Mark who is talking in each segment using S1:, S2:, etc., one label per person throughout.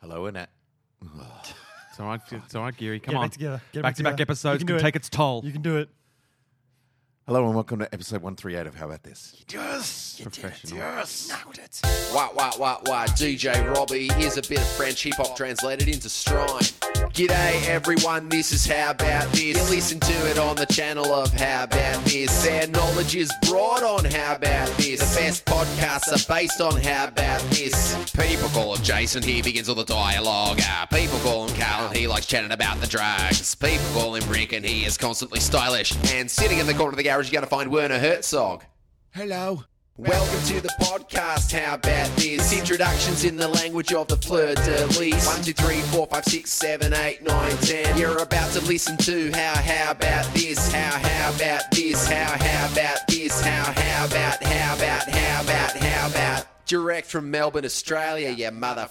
S1: Hello, Annette.
S2: It's all right. It's all right, Geary. Come
S3: Get
S2: on.
S3: back together.
S2: back
S3: Get back
S2: to back
S3: together.
S2: episodes can,
S3: You can do
S2: take
S3: it.
S2: its toll.
S3: You can do it.
S1: Hello and welcome to episode 138 of How About This? Yes! You
S2: Professional.
S1: yes! Nailed it!
S4: Wah, wah, wah, wah. DJ Robbie is a bit of French hip hop translated into strine. G'day, everyone. This is How About This. You listen to it on the channel of How About This. Their knowledge is broad on How About This. The best podcasts are based on How About This. People call him Jason. He begins all the dialogue. Ah, people call him Carl. And he likes chatting about the drugs. People call him Rick. And he is constantly stylish. And sitting in the corner of the garage, you're going to find Werner Herzog.
S1: Hello.
S4: Welcome to the podcast. How about this? Introductions in the language of the fleur de lis. One, two, three, four, five, six, seven, eight, nine, ten. You're about to listen to how, how about this? How, how about this? How, how about this? How, how about, how about, how about, how about? Direct from Melbourne, Australia, you mother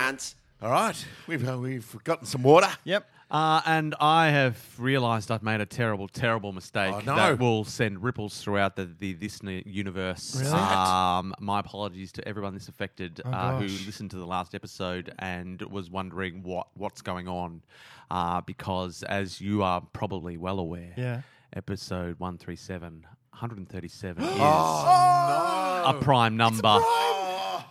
S4: cunt.
S1: All right, we've, uh, we've gotten some water.
S2: Yep. Uh, and I have realised I've made a terrible, terrible mistake
S1: Oh, no.
S2: that will send ripples throughout the, the this ne- universe.
S3: Really? Oh,
S2: Um, my apologies to everyone that's affected uh, who
S3: gosh.
S2: listened to the last episode and was wondering what what's going on, uh, because as you are probably well aware,
S3: Yeah.
S2: episode 137, 137 is
S1: Oh,
S2: a prime number.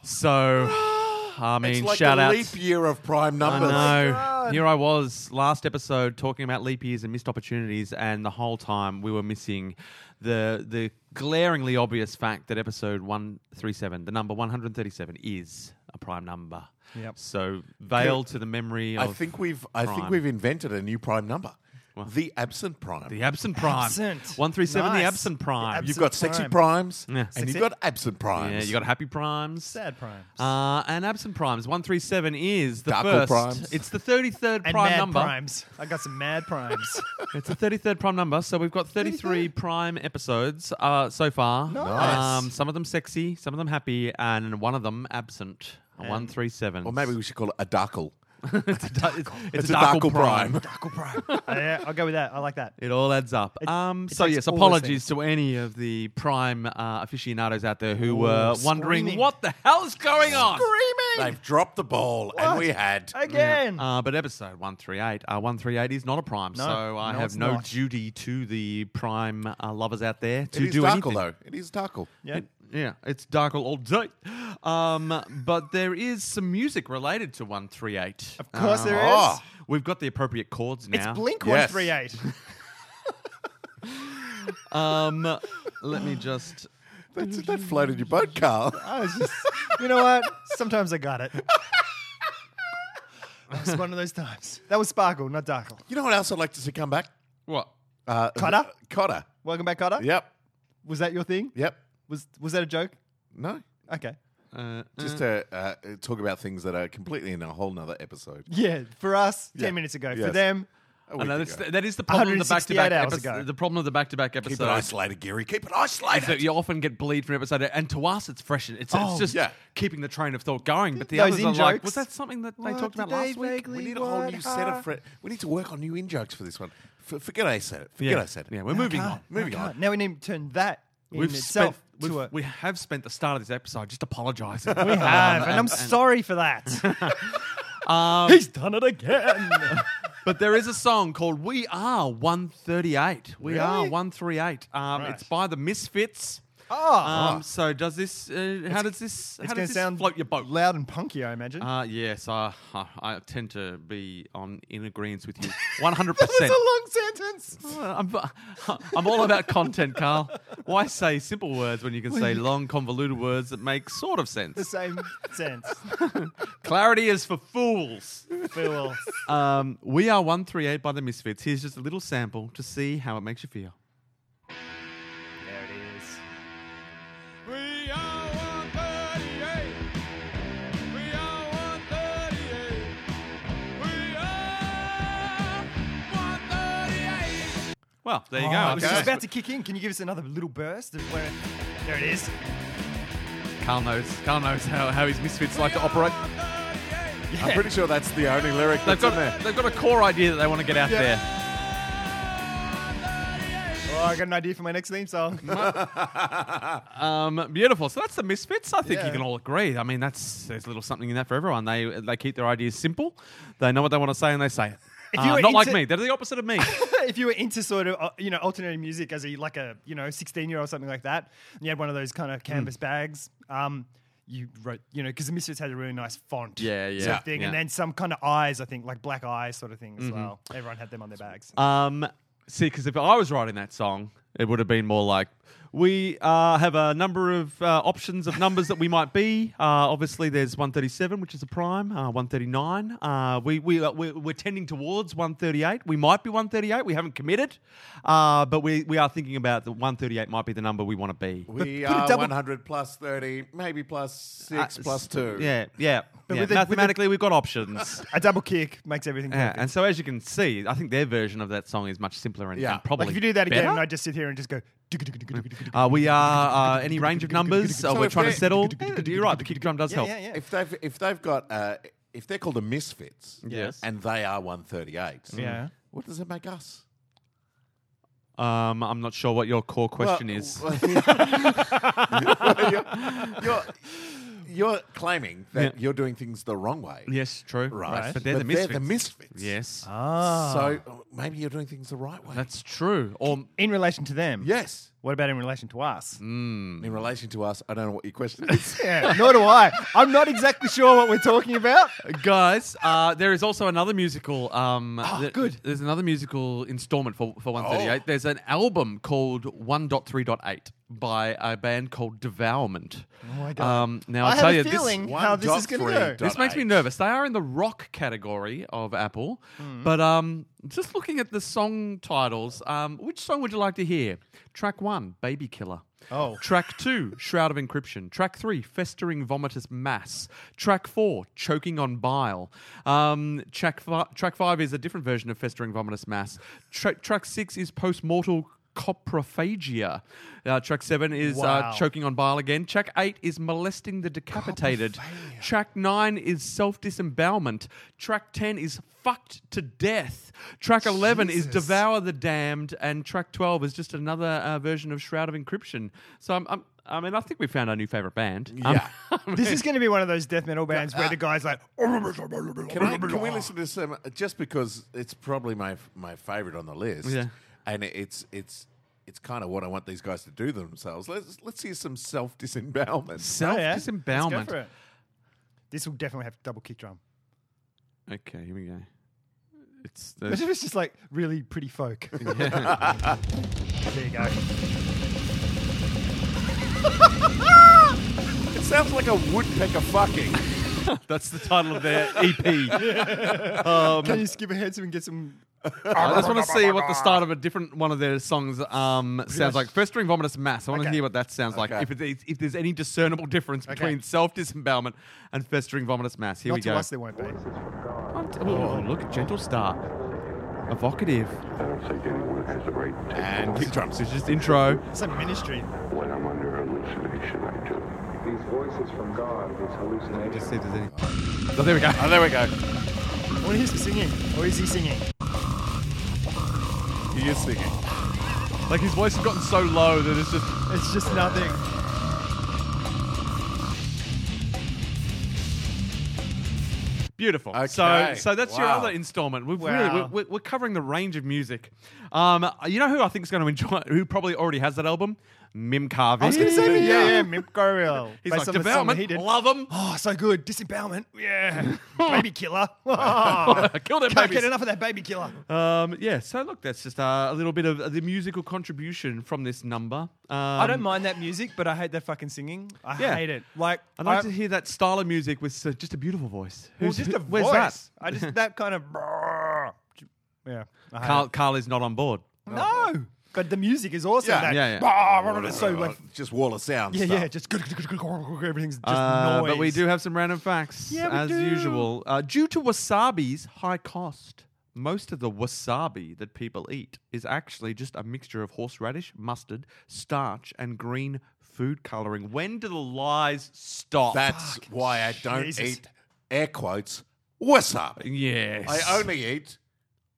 S2: So, I mean,
S1: it's like
S2: shout
S1: a
S2: out.
S1: leap year of prime
S2: I
S1: numbers.
S2: know. Here I was last episode talking about leap years and missed opportunities, and the whole time we were missing the the glaringly obvious fact that episode one three seven, the number one hundred thirty seven, is a prime number.
S3: Yep.
S2: So veil to the memory
S1: I
S2: of
S1: think we've I think
S2: prime.
S1: we've invented a new prime number. The absent prime.
S2: the absent prime.
S3: Absent.
S2: One three seven. The
S3: Nice.
S2: absent prime.
S3: The
S1: you've got
S3: absent
S1: sexy
S3: prime.
S1: primes
S2: Yeah.
S1: and
S2: Sexy-
S1: you've got absent primes.
S2: yeah, you got happy primes.
S3: Sad primes.
S2: Uh, and absent primes. One three seven is the
S1: Darkle
S2: first.
S1: primes.
S2: It's the thirty third
S3: and
S2: prime
S3: mad
S2: number.
S3: primes. I got some mad primes.
S2: It's the 33rd prime number, so we've got 33 prime episodes uh, so far.
S3: Nice.
S2: Um, some of them sexy, some of them happy, and one of them absent. A 137.
S1: or maybe we should call it a darkle.
S2: it's, a, da- it's, it's
S1: It's
S2: a
S1: a
S2: darkle
S1: darkle
S2: prime.
S1: prime.
S3: Cool prime. I, will go with that. I like that.
S2: It all adds up.
S3: It-
S2: um,
S3: it
S2: so,
S3: takes
S2: yes,
S3: all those
S2: apologies
S3: things.
S2: to any of the prime uh, aficionados out there who
S3: Ooh,
S2: were wondering
S3: screaming.
S2: what the hell's going on.
S3: Screaming
S1: They've dropped the ball and we had
S3: again.
S2: Uh, but episode 138, uh, 138 is not a prime,
S3: No,
S2: so I
S3: no,
S2: have
S3: it's
S2: no
S3: not.
S2: duty to the prime uh, lovers out there to
S1: it is
S2: do
S1: darkle
S2: anything.
S1: though. It is darkle.
S3: yeah.
S2: It- yeah, it's Darkle all day. Um, but there is some music related to 138.
S3: of course
S2: Um,
S3: there is.
S1: oh.
S2: We've got the appropriate chords
S3: It's
S2: now.
S3: Blink
S1: Yes.
S3: 138.
S2: um, let me just.
S1: That's, that floated your boat, Carl.
S3: I was just, you know what? Sometimes I got it. That was one of those times. That was Sparkle, not Darkle.
S1: You know what else I'd like to see come back?
S2: What?
S1: Uh,
S3: Cotter?
S1: th- Cotter.
S3: Welcome back, Cotter.
S1: Yep.
S3: Was that your thing?
S1: Yep.
S3: Was was that a joke?
S1: No.
S3: Okay.
S2: Uh,
S1: Just
S3: Mm.
S1: to uh, talk about things that are completely in a whole nother episode.
S3: Yeah, for us,
S1: Yeah.
S3: ten minutes ago.
S1: Yes.
S3: For them,
S1: A
S2: I
S1: week
S2: know,
S1: ago.
S2: that's, that is the problem of the back to back
S3: 168 hours ago.
S2: episode. The problem of the back to back
S1: Keep
S2: episode.
S1: it isolated, Geary. Keep it
S2: is that
S1: isolated.
S2: you often get bleed from episode, and to us it's fresh. It's, it's
S3: Oh,
S2: just
S1: yeah.
S2: keeping the train of thought going. But the
S3: Those
S2: others are like,
S3: in-jokes.
S2: was that something that they
S3: What
S2: talked
S3: did
S2: about
S3: they
S2: last week?
S3: vaguely
S1: We need a whole
S3: want?
S1: new set
S3: Ah.
S1: of friends. We need to work on new in jokes for this one. F- forget I said it. Forget I said it.
S2: Yeah, we're moving
S3: God,
S2: on.
S1: Oh,
S3: no,
S1: Moving
S3: Oh God.
S1: on.
S3: Now we need to turn that in
S2: We've spent,
S3: itself
S2: we've,
S3: to a.
S2: we have spent the start of this episode just Um, apologising.
S3: We have, Ah, and, I'm sorry for that. Um, He's done it again.
S2: But there is a song called "We Are 138." We are
S3: Really?
S2: 138. Um,
S3: Right.
S2: It's by the Misfits.
S3: oh,
S2: Um, so does this? Uh, how does this?
S3: it's
S2: How
S3: going
S2: does
S3: to
S2: this
S3: sound
S2: float your boat?
S3: loud and punky, I imagine.
S2: Uh, yes, I, I I tend to be on in agreement with you, 100.
S3: That's
S2: percent
S3: long sentence.
S2: I'm I'm all about content, Carl. Why say simple words when you can say long, convoluted words that make sort of
S3: The
S2: sense?
S3: same sense.
S2: Clarity is for fools.
S3: Farewell.
S2: Um, we are 138 by the Misfits. Here's just a little sample to see how it makes you feel.
S3: There it is.
S2: We are 138. We are 138. We are 138. Well, there you go.
S3: I was just
S1: okay.
S3: Oh, about to kick in. Can you give us another little burst? Of where there it is.
S2: Carl knows. Carl knows how, how his misfits like to operate.
S1: I'm pretty sure that's the only lyric
S2: They've
S1: that's in
S2: got,
S1: there.
S2: they've got a core idea that they want to get out
S3: Yeah.
S2: there.
S3: Oh, Oh, I got an idea for my next theme song.
S2: Um, beautiful. So that's the Misfits. I think you
S3: Yeah.
S2: can all agree. I mean, that's there's a little something in that for everyone. They they keep their ideas simple. They know what they want to say and they say it.
S3: If
S2: Uh,
S3: you
S2: not
S3: were
S2: like
S3: into-
S2: me. They're the opposite of me.
S3: if you were into sort of uh, you know alternative music as a like a you know 16 year old or something like that and you had one of those kind of canvas bags um you wrote you know because the misfits had a really nice font
S2: Yeah, yeah,
S3: sort of thing and
S2: yeah.
S3: then some kind of eyes i think like black eyes sort of thing as well everyone had them on their bags
S2: Um, see, because if I was writing that song, it would have been more like we uh, have a number of uh, options of numbers that we might be. Uh, obviously, there's 137, which is a prime. Uh, 139. Uh, we we uh, we're, we're tending towards 138. We might be 138. We haven't committed, uh, but we we are thinking about the 138 might be the number we want to be.
S1: We
S3: put a
S1: are
S3: double-
S1: 100 plus 30, maybe plus 6,
S2: Uh,
S1: plus 2.
S2: Yeah, yeah. yeah.
S3: with the- with the-
S2: Mathematically, we've got options.
S3: a double kick makes everything
S2: Yeah,
S3: perfect.
S2: and so as you can see, I think their version of that song is much simpler and,
S1: Yeah.
S2: and probably
S3: like if you do that again
S2: better.
S3: and i just sit here and just go "Dugga-dugga-dugga-dugga-dugga-dugga."
S2: Uh, we are uh, any range of numbers. Uh,
S1: So
S2: we're
S1: if
S2: trying to
S1: they-
S2: settle. Yeah, you're right. The kick drum does
S3: yeah,
S2: help.
S3: yeah, yeah.
S1: If they've if they've got uh, if they're called a misfits,
S2: Yes.
S1: and they are one thirty eight,
S3: Yeah.
S1: what does it make us?
S2: Um, I'm not sure what your core question
S1: Well,
S2: is.
S1: well, you're, you're, you're claiming that
S2: Yeah.
S1: you're doing things the wrong way,
S2: yes, true.
S1: right?
S2: But they're the
S1: But
S2: misfits.
S1: misfits.
S2: Yes,
S3: ah
S1: So uh, maybe you're doing things the right way.
S2: that's true. Or
S3: in relation to them
S1: yes.
S3: what about in relation to us
S2: Hmm.
S1: In relation to us, I don't know what your question is.
S3: yeah nor do i i'm not exactly sure what we're talking about
S2: guys, uh, there is also another musical. Um, th-
S3: good.
S2: There's another musical installment for for 138. There's an album called 1.3.8 by a band called Devourment. Oh
S3: my God.
S2: Um, now
S3: i
S2: I'll
S3: have
S2: tell
S3: a
S2: you
S3: feeling
S2: this.
S3: how this is going to go
S1: 1.3.8.
S2: This makes me nervous. They are in the rock category of Apple, but um, just looking at the song titles, um, which song would you like to hear? Track one, Baby Killer.
S3: Oh.
S2: Track two, Shroud of Encryption. Track three, Festering Vomitous Mass. Track four, Choking on Bile. Um, track, fi- track five is a different version of Festering Vomitous Mass. Tra- track six is Postmortal. Coprophagia. Uh, track seven is uh,
S3: Wow.
S2: choking on bile again. Track eight is molesting the decapitated.
S3: Oh,
S2: Track nine is self disembowelment. Track ten is fucked to death. Track eleven is devour the damned, and track twelve is just another uh, version of Shroud of Encryption. So I'm, I'm, I mean, I think we found our new favorite band. Um,
S1: Yeah.
S3: This is going to be one of those death metal bands
S2: Uh,
S3: where the guy's like, "Oh,
S1: Can, I, can we listen to this um, just because it's probably my my favorite on the list?
S2: Yeah.
S1: and it's it's it's kind of what I want these guys to do themselves. Let's let's hear some self disembowelment.
S2: self
S3: yeah. Let's
S2: disembowelment.
S3: go for it. This will definitely have double kick drum.
S2: Okay, here we go. It's
S3: If
S2: the,
S3: it's just like really pretty folk. there you go.
S1: It sounds like a woodpecker fucking.
S2: that's the title of their E EP.
S3: Can you skip ahead so we can get some?
S2: I just want to see what the start of a different one of their songs um, sounds like. First string vomitous mass. I want to
S3: Okay.
S2: hear what that sounds like.
S1: Okay.
S2: If, it, if there's any discernible difference between self disembowelment and first string vomitous mass. Here
S3: Not
S2: we
S3: to
S2: go.
S3: us, there won't be.
S2: oh, look, gentle start, evocative,
S5: It's a great taste.
S1: And kick drums.
S2: So it's just intro.
S3: It's like ministry.
S5: When I'm under hallucination, I do.
S6: These voices from God, these hallucinations.
S2: Just see if there's any. Oh, there we go.
S1: Oh, there we go.
S3: What is he singing? Or is he singing?
S1: He is singing.
S2: Like his voice has gotten so low that it's just.
S3: It's just nothing.
S2: Beautiful. So,
S1: Okay.
S2: so that's your
S1: Wow.
S2: other installment. We've
S3: Wow.
S2: really, we're- we're, we're covering the range of music. Um, you know who I think is going to enjoy? Who probably already has that album? Mim Carvey.
S3: I was going to say, yeah,
S1: Yeah.
S3: yeah, Mimp Goriel.
S2: He's
S3: Based
S2: like
S3: on the song that
S2: development.
S3: he did.
S2: Love him.
S3: Oh, so good. Disembowelment. Yeah. baby killer. Can't
S2: Kill them
S3: get
S2: babies.
S3: enough of that baby killer.
S2: Um, yeah. So look, that's just uh, a little bit of the musical contribution from this number. Um,
S3: I don't mind that music, but I hate that fucking singing. I
S2: Yeah.
S3: hate it. Like,
S2: I'd like
S3: I-
S2: to hear that style of music with uh, just a beautiful voice.
S3: Well,
S2: Who's-
S3: just a
S2: who- where's
S3: voice.
S2: that?
S3: I just that kind of. Yeah. I hate
S2: Carl, Carl is not on board.
S3: it. no. But the music is awesome.
S1: Yeah.
S3: that
S2: Yeah,
S3: It's so like,
S1: Just wall of sound.
S3: yeah,
S1: stuff.
S3: yeah. Just everything's just
S2: Uh,
S3: noise.
S2: but we do have some random facts,
S3: Yeah, we
S2: as
S3: do.
S2: usual. Uh, due to wasabi's high cost, most of the wasabi that people eat is actually just a mixture of horseradish, mustard, starch, and green food coloring. When do the lies stop?
S1: That's why I don't
S3: Jesus.
S1: eat air quotes wasabi.
S2: yes.
S1: I only eat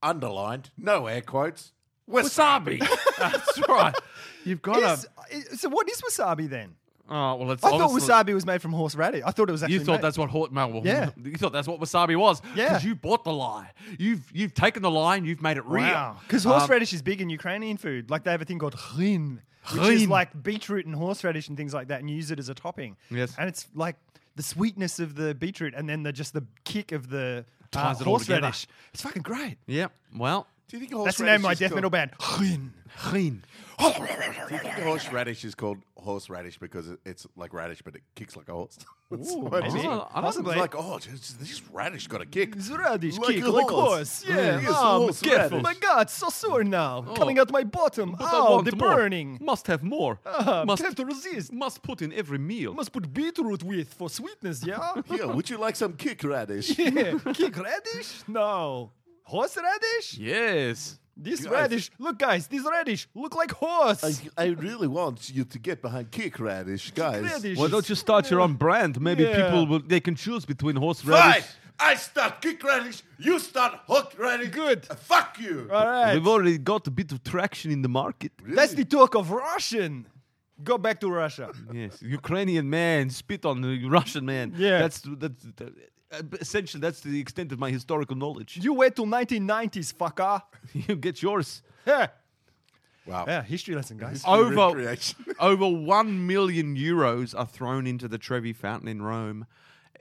S1: underlined, no air quotes Wasabi.
S2: That's right. You've got
S3: Is-
S2: to.
S3: i- so what is wasabi then?
S2: Oh well, it's
S3: I thought
S2: obviously-
S3: wasabi was made from horseradish. I thought it was actually
S2: You thought
S3: made-
S2: that's what hot well, well,
S3: Yeah.
S2: You thought that's what wasabi was.
S3: Yeah.
S2: Because you bought the lie. You've you've taken the lie and you've made it real.
S3: Wow. Because
S2: Um,
S3: horseradish is big in Ukrainian food. Like they have a thing called chlin, which is
S2: Chlin.
S3: like beetroot and horseradish and things like that, and you use it as a topping.
S2: Yes.
S3: And it's like the sweetness of the beetroot and then the just the kick of the uh,
S2: Ties it all together.
S3: horseradish. It's fucking great.
S2: Yeah. Well.
S1: Do you think horseradish
S3: That's the name of my
S1: is
S3: death
S1: called-
S3: metal band. Chlin.
S2: Clean.
S1: Do you think horseradish is called horseradish because it- it's like radish, but it kicks like a horse? That's what it
S2: maybe.
S1: is.
S2: Oh, I don't know.
S1: Possibly. Like, oh, this this radish got a kick.
S3: It's radish
S1: Like
S3: kick,
S1: a
S3: like
S1: horse.
S3: horse. Yeah.
S1: Mm. Yes,
S3: Oh,
S1: horse
S3: careful.
S1: radish.
S3: My God, it's so sore now. Coming out my bottom.
S2: Oh. But I
S3: oh,
S2: want
S3: the
S2: more.
S3: burning. Ah,
S2: Must have more. must
S3: have to resist.
S2: Must put in every meal.
S3: Must put beetroot with for sweetness, yeah?
S1: Yeah, would you like some kick radish?
S3: Yeah. Kick radish? No. Horse radish?
S2: Yes.
S3: This
S1: Guys.
S3: radish, look, guys, this radish look like horse.
S1: I, I really want you to get behind kick radish, guys.
S3: radish.
S2: Why don't you start your own brand? Maybe
S3: Yeah.
S2: people will they can choose between horseradish.
S1: Fine. I start kick radish. You start hook radish. Uh,
S3: Good.
S1: Fuck you.
S3: All right.
S2: We've already got a bit of traction in the market.
S3: That's the talk of Russian. Go back to Russia.
S2: Yes, Ukrainian man spit on the Russian man.
S3: Yeah.
S2: that's that's uh, essentially that's the extent of my historical knowledge.
S3: You wait till 1990s, fucker.
S2: You get yours.
S3: Yeah.
S1: Wow. Oh,
S3: Yeah, history lesson, guys.
S2: Over
S1: Recreation.
S2: over one million euros are thrown into the Trevi Fountain in Rome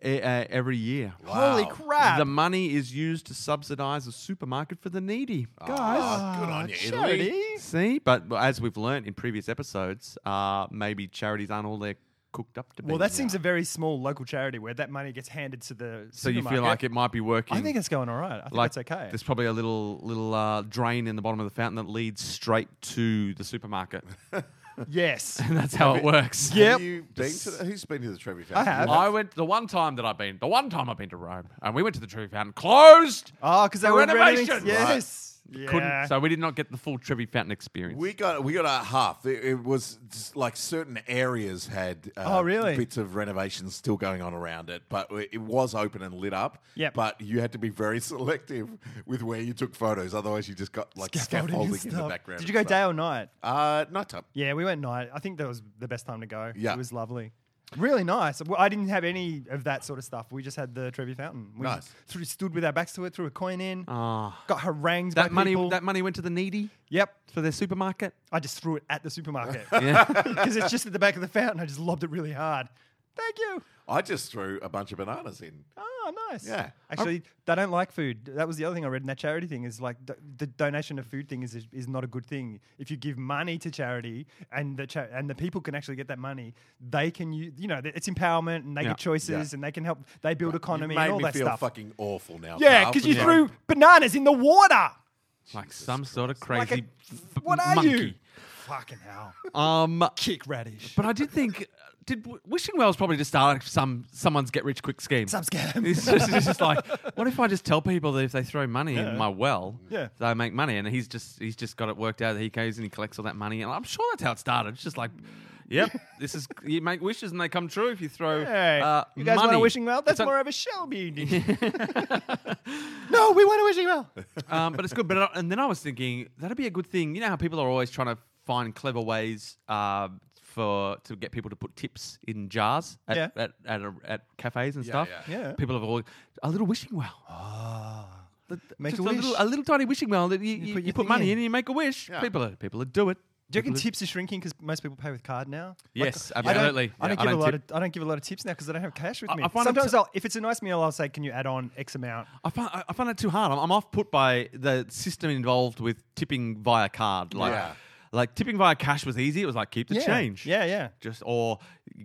S2: e- uh, every year.
S3: Holy
S1: Wow.
S3: crap.
S2: The money is used to subsidize a supermarket for the needy.
S1: Ah, good on you, Italy.
S3: Charity.
S2: See, but as we've learned in previous episodes, uh, maybe charities aren't all they're cooked up to be.
S3: Well, that seems a very small local charity where that money gets handed to the.
S2: so you feel like it might be working.
S3: I think it's going all right. I think
S2: like
S3: it's okay.
S2: There's probably a little little uh, drain in the bottom of the fountain that leads straight to the supermarket.
S3: yes.
S2: And that's how it works.
S3: Yeah.
S1: Have
S3: Yep.
S1: you been to the, who's been to the Trevi Fountain?
S3: have.
S2: I went the one time that I've been, the one time I've been to Rome, and we went to the Trevi Fountain, closed.
S3: Oh, because they
S2: For
S3: were renovating-
S2: renovation.
S3: Yes. Yeah.
S2: Couldn't, so we did not get the full Trevi Fountain experience.
S1: We got we got a half. It, it was just like certain areas had uh,
S3: Oh, really?
S1: bits of renovations still going on around it, but it was open and lit up.
S3: Yep.
S1: But you had to be very selective with where you took photos, otherwise you just got like
S3: Scaffolding and
S1: scaffolding, in the
S3: stuff.
S1: background.
S3: Did
S1: and
S3: you go
S1: stuff.
S3: day or night?
S1: Uh, nighttime.
S3: Yeah, we went night. I think that was the best time to go.
S1: Yeah.
S3: It was lovely. Really nice. Well, I didn't have any of that sort of stuff. We just had the Trevi Fountain. We
S1: Nice.
S3: threw- stood with our backs to it, threw a coin in,
S2: Ah.
S3: got harangued
S2: that
S3: by
S2: money
S3: people.
S2: that money went to the needy
S3: yep.
S2: for their supermarket.
S3: I just threw it at the supermarket
S2: Yeah.
S3: because it's just at the back of the fountain. I just lobbed it really hard. Thank you.
S1: I just threw a bunch of bananas in.
S3: Oh, nice.
S1: Yeah.
S3: Actually, they don't like food. That was the other thing I read in that charity thing is like do- the donation of food thing is is not a good thing. If you give money to charity and the cha- and the people can actually get that money, they can you you know th- it's empowerment and they
S2: Yeah.
S3: get choices
S1: Yeah.
S3: and they can help. They build economy
S1: you made
S3: and all
S1: me
S3: that
S1: feel
S3: stuff.
S1: fucking awful now.
S3: yeah,
S1: Carl,
S3: because you
S1: for
S3: threw bananas in the water.
S2: Like some sort of
S3: Like a-
S2: crazy f-
S3: what are
S2: monkey.
S3: you? Fucking hell!
S2: Um
S3: Kick radish.
S2: but I did think did wishing wells probably just started some someone's get rich quick scheme.
S3: Some scam.
S2: It's just, it's just like, what if I just tell people that if they throw money in my well,
S3: Yeah.
S2: they make money? And he's just he's just got it worked out. He goes and he collects all that money, and I'm sure that's how it started. It's just like, yep, this is you make wishes and they come true if you throw.
S3: Hey,
S2: uh,
S3: you guys want
S2: money.
S3: a wishing well? That's
S2: It's a-
S3: more of a Shelby. no, we want a wishing well.
S2: um, but it's good. But I, and then I was thinking that'd be a good thing. You know how people are always trying to find clever ways uh, for to get people to put tips in jars at
S3: Yeah.
S2: at, at, a, at cafes and stuff.
S1: yeah.
S3: Yeah.
S2: people have always a little wishing well. Th- th-
S3: Make
S2: just
S3: a wish.
S2: little, a little tiny wishing well that you, you, you
S3: put
S2: put,
S3: your thing
S2: money in.
S3: in.
S2: and you make a wish.
S1: Yeah.
S2: People are, people are do it.
S3: Do you reckon
S2: People are-
S3: tips are shrinking because most people pay with card now?
S2: Yes,
S3: I don't-
S2: absolutely. Yeah,
S3: I don't,
S2: I
S3: give
S2: don't
S3: a lot
S2: tip.
S3: of I don't give a lot of tips now because I don't have cash with
S2: I-
S3: me.
S2: I find I'm
S3: Sometimes
S2: t-
S3: I'll, if it's a nice meal, I'll say, "Can you add on X amount?"
S2: I find I I find it too hard. I'm, I'm off put by the system involved with tipping via card. Like
S1: Yeah.
S2: like tipping via cash was easy. It was like keep the
S3: Yeah.
S2: change.
S3: Yeah, yeah.
S2: Just or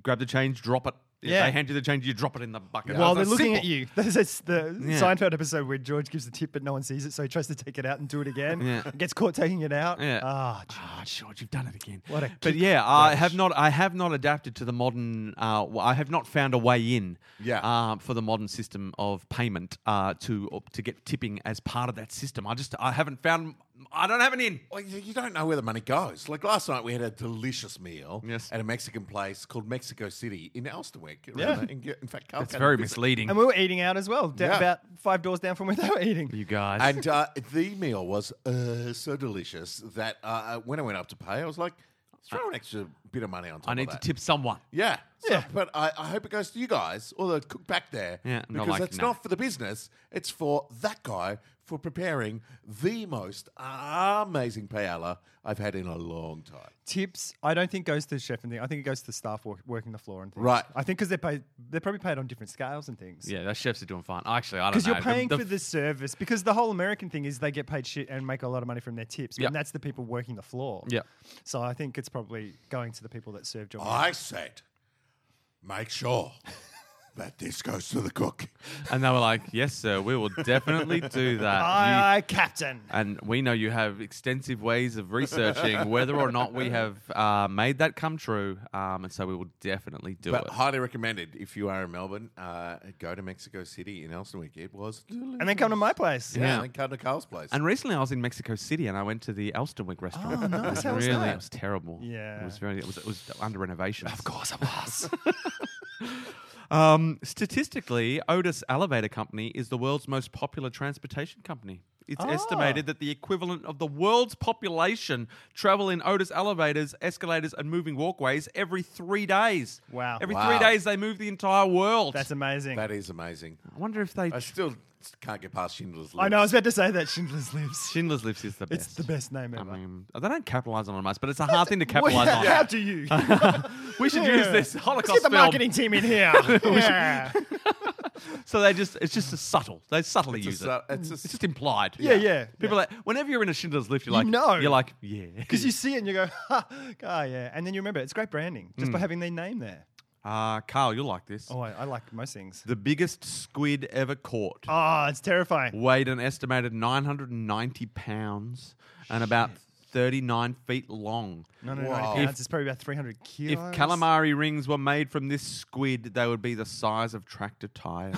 S2: grab the change, drop it. If
S3: Yeah.
S2: they hand you the change, you drop it in the bucket. It's
S3: While they're
S2: like
S3: looking at
S2: simple.
S3: you, there's this, the
S2: Yeah.
S3: Seinfeld episode where George gives a tip but no one sees it, so he tries to take it out and do it again.
S2: Yeah.
S3: Gets caught taking it out.
S2: Yeah.
S3: Ah, gee.
S2: Ah, George, you've done it again.
S3: What a
S2: but
S3: kick
S2: yeah, I
S3: rush.
S2: have not. I have not adapted to the modern. Uh, w- I have not found a way in.
S1: Yeah.
S2: Uh, for the modern system of payment, uh, to to get tipping as part of that system, I just I haven't found I don't have an in.
S1: Well, you you don't know where the money goes. Like last night, we had a delicious meal
S2: Yes.
S1: at a Mexican place called Mexico City in Alsterwick. around
S3: Yeah.
S1: that- In, in fact, Carl
S2: That's
S1: came
S2: very
S1: to visit.
S2: misleading.
S3: And we were eating out as well, down
S1: Yeah.
S3: about five doors down from where they were eating.
S2: You guys.
S1: And uh, the meal was uh, so delicious that uh, when I went up to pay, I was like, "Let's throw an extra bit of money on top
S2: I
S1: of
S2: need to
S1: that."
S2: tip someone.
S1: Yeah. So-
S3: Yeah.
S1: But I, I hope it goes to you guys or the cook back there.
S2: Yeah, not
S1: Because
S2: like-
S1: that's
S2: no.
S1: not for the business. It's for that guy for preparing the most amazing paella I've had in a long time.
S3: Tips, I don't think goes to chef and thing. I think it goes to staff work, working the floor and things.
S1: Right.
S3: I think because they're paid, they're probably paid on different scales and things.
S2: Yeah, those chefs are doing fine. Actually, I don't know.
S3: Because you're paying
S2: the,
S3: for the service. Because the whole American thing is they get paid shit and make a lot of money from their tips.
S2: Yeah.
S3: And that's the people working the floor.
S2: Yeah.
S3: So I think it's probably going to the people that served your meal.
S1: I said, make sure that this goes to the cook.
S2: And they were like, yes, sir, we will definitely do that. You-
S3: Aye, aye, Captain.
S2: and we know you have extensive ways of researching whether or not we have uh, made that come true. Um, and so we will definitely do
S1: But
S2: it.
S1: highly recommended if you are in Melbourne, uh, go to Mexico City in Elsternwick. It was delicious.
S3: And then come to my place.
S1: yeah,
S2: Yeah.
S1: and then come to Carl's place.
S2: and recently I was in Mexico City and I went to the Elsterwick restaurant.
S3: Oh, nice.
S2: It was
S3: How was
S2: really,
S3: that?
S2: it was terrible.
S3: Yeah.
S2: It was very, it was, it was under renovation. Of
S3: course I was.
S2: Um, statistically, Otis Elevator Company is the world's most popular transportation company. It's
S3: Ah.
S2: estimated that the equivalent of the world's population travel in Otis elevators, escalators, and moving walkways every three days.
S3: Wow.
S2: Every
S1: Wow.
S2: three days, they move the entire world.
S3: that's amazing.
S1: that is amazing.
S2: I wonder if they.
S1: I still can't get past Schindler's List.
S3: I know, I was about to say that Schindler's Lives.
S2: Schindler's List is the best.
S3: It's the best name
S2: I
S3: ever.
S2: mean, they don't capitalize on it much, but it's a hard thing to capitalize
S3: Well,
S2: on.
S3: How do you?
S2: We should use this Holocaust
S3: Let's get the
S2: film.
S3: marketing team in here. yeah.
S2: So they just—it's just a subtle. They subtly
S1: It's a
S2: use
S1: su-
S2: it.
S1: it's a
S2: it's
S1: s-
S2: just implied.
S3: Yeah, yeah,
S2: People like whenever you're in a Schindler's List, you're
S3: You
S2: like,
S3: know.
S2: you're like, yeah.
S3: Because you see it and you go, ha, ah, yeah. And then you remember, it's great branding just
S2: Hmm.
S3: by having their name there.
S2: Uh, Carl, you'll like this.
S3: Oh, I, I like most things.
S2: The biggest squid ever caught
S3: Oh, it's terrifying.
S2: weighed an estimated 990 pounds and about 39 feet long.
S3: No, no, no.
S1: Wow.
S3: Pounds.
S2: If-
S3: it's probably about 300 kilos.
S2: If calamari rings were made from this squid, they would be the size of tractor tires.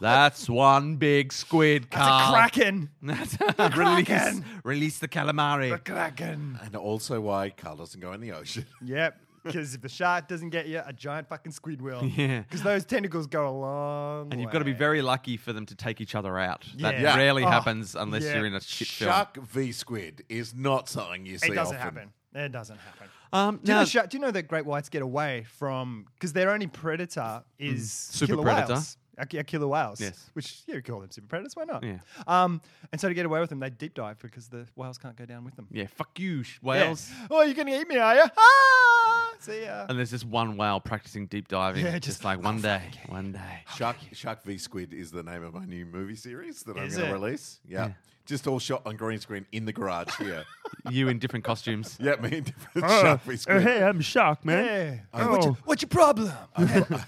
S2: That's one big squid,
S3: It's a
S2: Carl.
S3: kraken.
S2: release,
S3: kraken.
S2: release the calamari.
S3: A kraken.
S1: And also why Carl doesn't go in the ocean.
S3: Yep. Because if the shark doesn't get you, a giant fucking squid will.
S2: Yeah.
S3: Because those tentacles go a long
S2: and you've got to be
S3: way.
S2: very lucky for them to take each other out. That
S3: Yeah.
S2: rarely
S3: Oh,
S2: happens unless
S3: yeah.
S2: you're in a shit film.
S1: Shark v squid is not something you see.
S3: It
S1: often.
S3: doesn't happen. It doesn't happen.
S2: Um,
S3: Do you,
S2: now-
S3: know, shark- do you know that great whites get away from because their only predator is
S2: Mm. Super
S3: killer
S2: predator.
S3: whales, are, are killer whales.
S2: Yes.
S3: which yeah, we call them super predators. Why not?
S2: Yeah.
S3: Um, and so to get away with them, they deep dive because the whales can't go down with them.
S2: yeah, fuck you, sh-
S3: Yeah.
S2: whales.
S3: Oh, you're gonna eat me, are you? Ah, see ya.
S2: And there's just one whale practicing deep diving.
S3: Yeah,
S2: just,
S3: just-
S2: like one day, one day.
S1: Shark Shark v Squid is the name of my new movie series that
S3: Is
S1: I'm going
S3: it?
S1: to release. Yeah. just all shot on green screen in the garage here.
S2: You in different costumes.
S1: yeah, me and different
S3: Oh.
S1: Shark v
S3: Uh,
S1: Squid.
S2: I'm shocked,
S3: Hey, what's, your, what's your problem?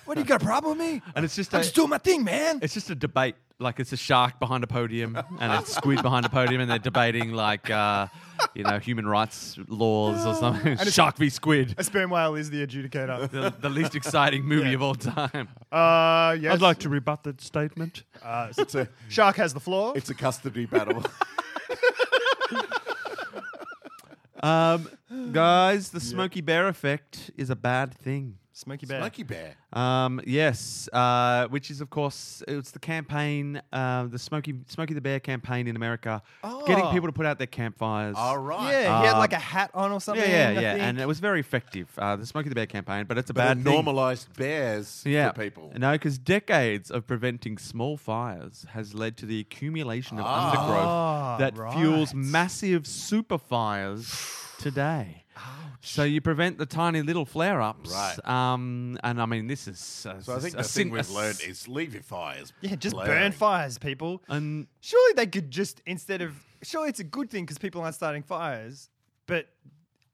S3: what do you got a problem with me?
S2: And it's just
S3: I'm
S2: a,
S3: just doing my thing, man.
S2: it's just a debate. Like it's a shark behind a podium and a squid behind a podium, and they're debating like uh, you know human rights laws or something. shark v squid.
S3: A sperm whale is the adjudicator.
S2: The, the least exciting movie of all time.
S3: uh, yes.
S2: to rebut that statement.
S3: Uh,
S1: It's a
S3: shark has the floor.
S1: it's a custody battle.
S2: Um, guys, the Smoky Bear effect is a bad thing.
S3: Smoky bear.
S1: Lucky Bear.
S2: Um, yes, uh, which is of course it's the campaign, uh, the Smoky Smoky the Bear campaign in America, getting
S3: Oh.
S2: people to put out their campfires.
S1: Ah. All right.
S3: Yeah, he had
S2: Uh,
S3: like a hat on or something.
S2: Yeah, yeah,
S3: I
S2: yeah,
S3: think.
S2: and it was very effective. Uh, the Smoky the Bear campaign, but it's a
S1: But
S2: bad
S1: it
S2: thing.
S1: normalized bears
S2: Yeah,
S1: for people.
S2: No, because decades of preventing small fires has led to the accumulation of
S1: Ah.
S2: undergrowth that fuels
S3: right.
S2: massive super fires today. So you prevent the tiny little flare-ups,
S1: Right.
S2: Um, and I mean, this is
S1: So I think the thing we've learned is leave your fires.
S3: Yeah, just burn
S1: blaring.
S3: fires, people.
S2: and
S3: surely they could just instead of surely it's a good thing because people aren't starting fires, but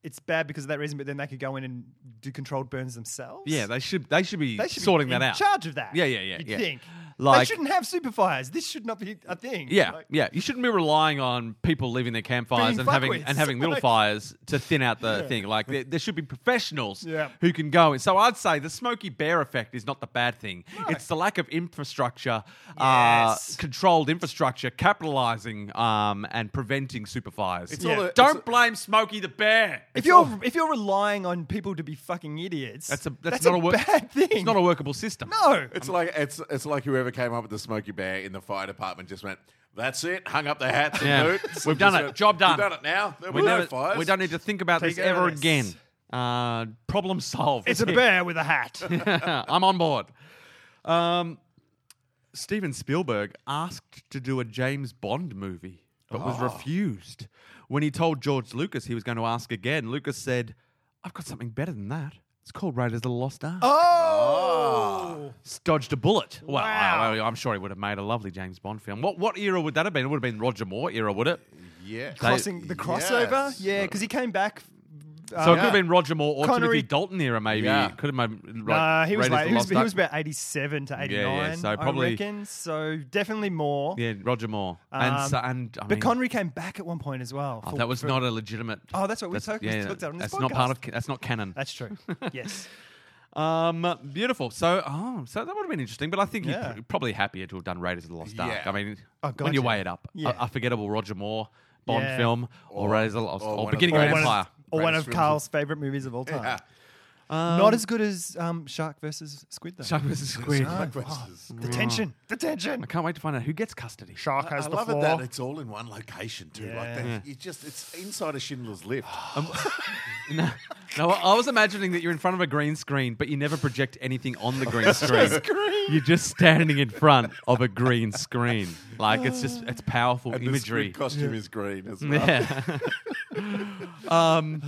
S3: it's bad because of that reason. But then they could go in and do controlled burns themselves.
S2: Yeah, they should. They should be
S3: They should be
S2: sorting
S3: in
S2: that out.
S3: charge of that,
S2: Yeah, yeah, yeah.
S3: you'd
S2: yeah.
S3: think.
S2: Like,
S3: they shouldn't have superfires. This should not be a thing.
S2: yeah,
S3: Like,
S2: yeah. You shouldn't be relying on people leaving their campfires
S3: Being
S2: and having
S3: fuckwits.
S2: and having little
S3: Like-
S2: fires to thin out the thing. Like there, there should be professionals
S3: Yeah.
S2: who can go. in. So I'd say the Smoky Bear effect is not the bad thing. It's the lack of infrastructure, uh,
S3: Yes.
S2: controlled infrastructure, capitalizing um, and preventing superfires.
S1: It's
S3: all Yeah. a-
S2: Don't
S1: it's a-
S2: blame Smokey the Bear.
S3: if you're if you're relying on people to be fucking idiots,
S2: That's a that's, not a, work-
S3: bad thing.
S2: It's not a workable system.
S3: no.
S1: It's like it's it's like whoever came up with the Smoky Bear in the fire department just went. That's it. Hung up their hats and
S2: Yeah.
S1: boots.
S2: We've done
S1: Just
S2: it.
S1: went,
S2: Job done.
S1: We've done it now. There
S2: we,
S1: were
S2: never,
S1: no fires.
S2: we don't need to think about
S3: Take
S2: this ever
S3: notice.
S2: again. Uh, problem solved.
S3: It's a bear with a hat.
S2: I'm on board. Um, Steven Spielberg asked to do a James Bond movie, but was
S3: Ah.
S2: refused. When he told George Lucas he was going to ask again, Lucas said, I've got something better than that. It's called Raiders of the Lost Ark. Ah.
S3: oh,
S2: Dodged a bullet. Well,
S3: Wow.
S2: I, I'm sure he would have made a lovely James Bond film. What what era would that have been? It would have been Roger Moore era, would it?
S1: Yeah.
S3: crossing the crossover.
S1: Yes.
S3: Yeah, because he came back.
S2: So it
S3: um,
S2: could have been Roger Moore or
S3: Connery-
S2: Timothy Dalton era, maybe.
S1: Yeah.
S2: Could have been.
S3: Nah, uh, he
S2: Raiders
S3: was
S2: of
S3: like
S2: the
S3: he was,
S2: Lost
S3: he
S2: Ark.
S3: was about eighty seven to eighty
S2: yeah,
S3: nine.
S2: so
S3: I
S2: probably-
S3: reckon. So definitely more.
S2: Yeah, Roger Moore.
S3: Um,
S2: and so, and I
S3: but
S2: mean,
S3: Connery came back at one point as well.
S2: oh,
S3: for-
S2: that was
S3: for-
S2: not a legitimate.
S3: Oh, that's what we took- we took that on this
S2: That's not part
S3: podcast.
S2: of. ca- That's not canon.
S3: That's true. yes.
S2: Um, beautiful. So, oh, so that would have been interesting. But I think
S3: Yeah.
S2: you're pr- probably happier to have done Raiders of the Lost Ark.
S1: Yeah.
S2: I mean,
S3: Oh,
S2: when you
S3: gotcha.
S2: weigh it up,
S3: Yeah.
S2: a, a forgettable Roger Moore Bond
S3: Yeah.
S2: film or, Raiders of the Lost,
S1: or
S2: or,
S1: one of
S2: beginning
S1: the- Or
S2: of,
S3: one
S2: Empire.
S3: of, or one
S1: Greatest
S3: of
S1: films.
S3: Carl's favorite movies of all time.
S1: Yeah.
S3: Not as good as um, Shark versus Squid though.
S2: Shark versus Squid.
S1: Shark
S3: Oh,
S1: versus-
S3: the tension. The tension.
S2: I can't wait to find out who gets custody.
S7: Shark
S1: I
S7: has the
S1: love
S7: floor.
S1: it that it's all in one location too. Like
S3: Yeah.
S1: that, you just it's inside a Schindler's Lift.
S2: Ah, No, no, I was imagining that you're in front of a green screen, but you never project anything on the green screen. You're just standing in front of a green screen. Like it's just it's powerful
S1: and
S2: imagery.
S1: The squid costume is green as well.
S2: Yeah. um,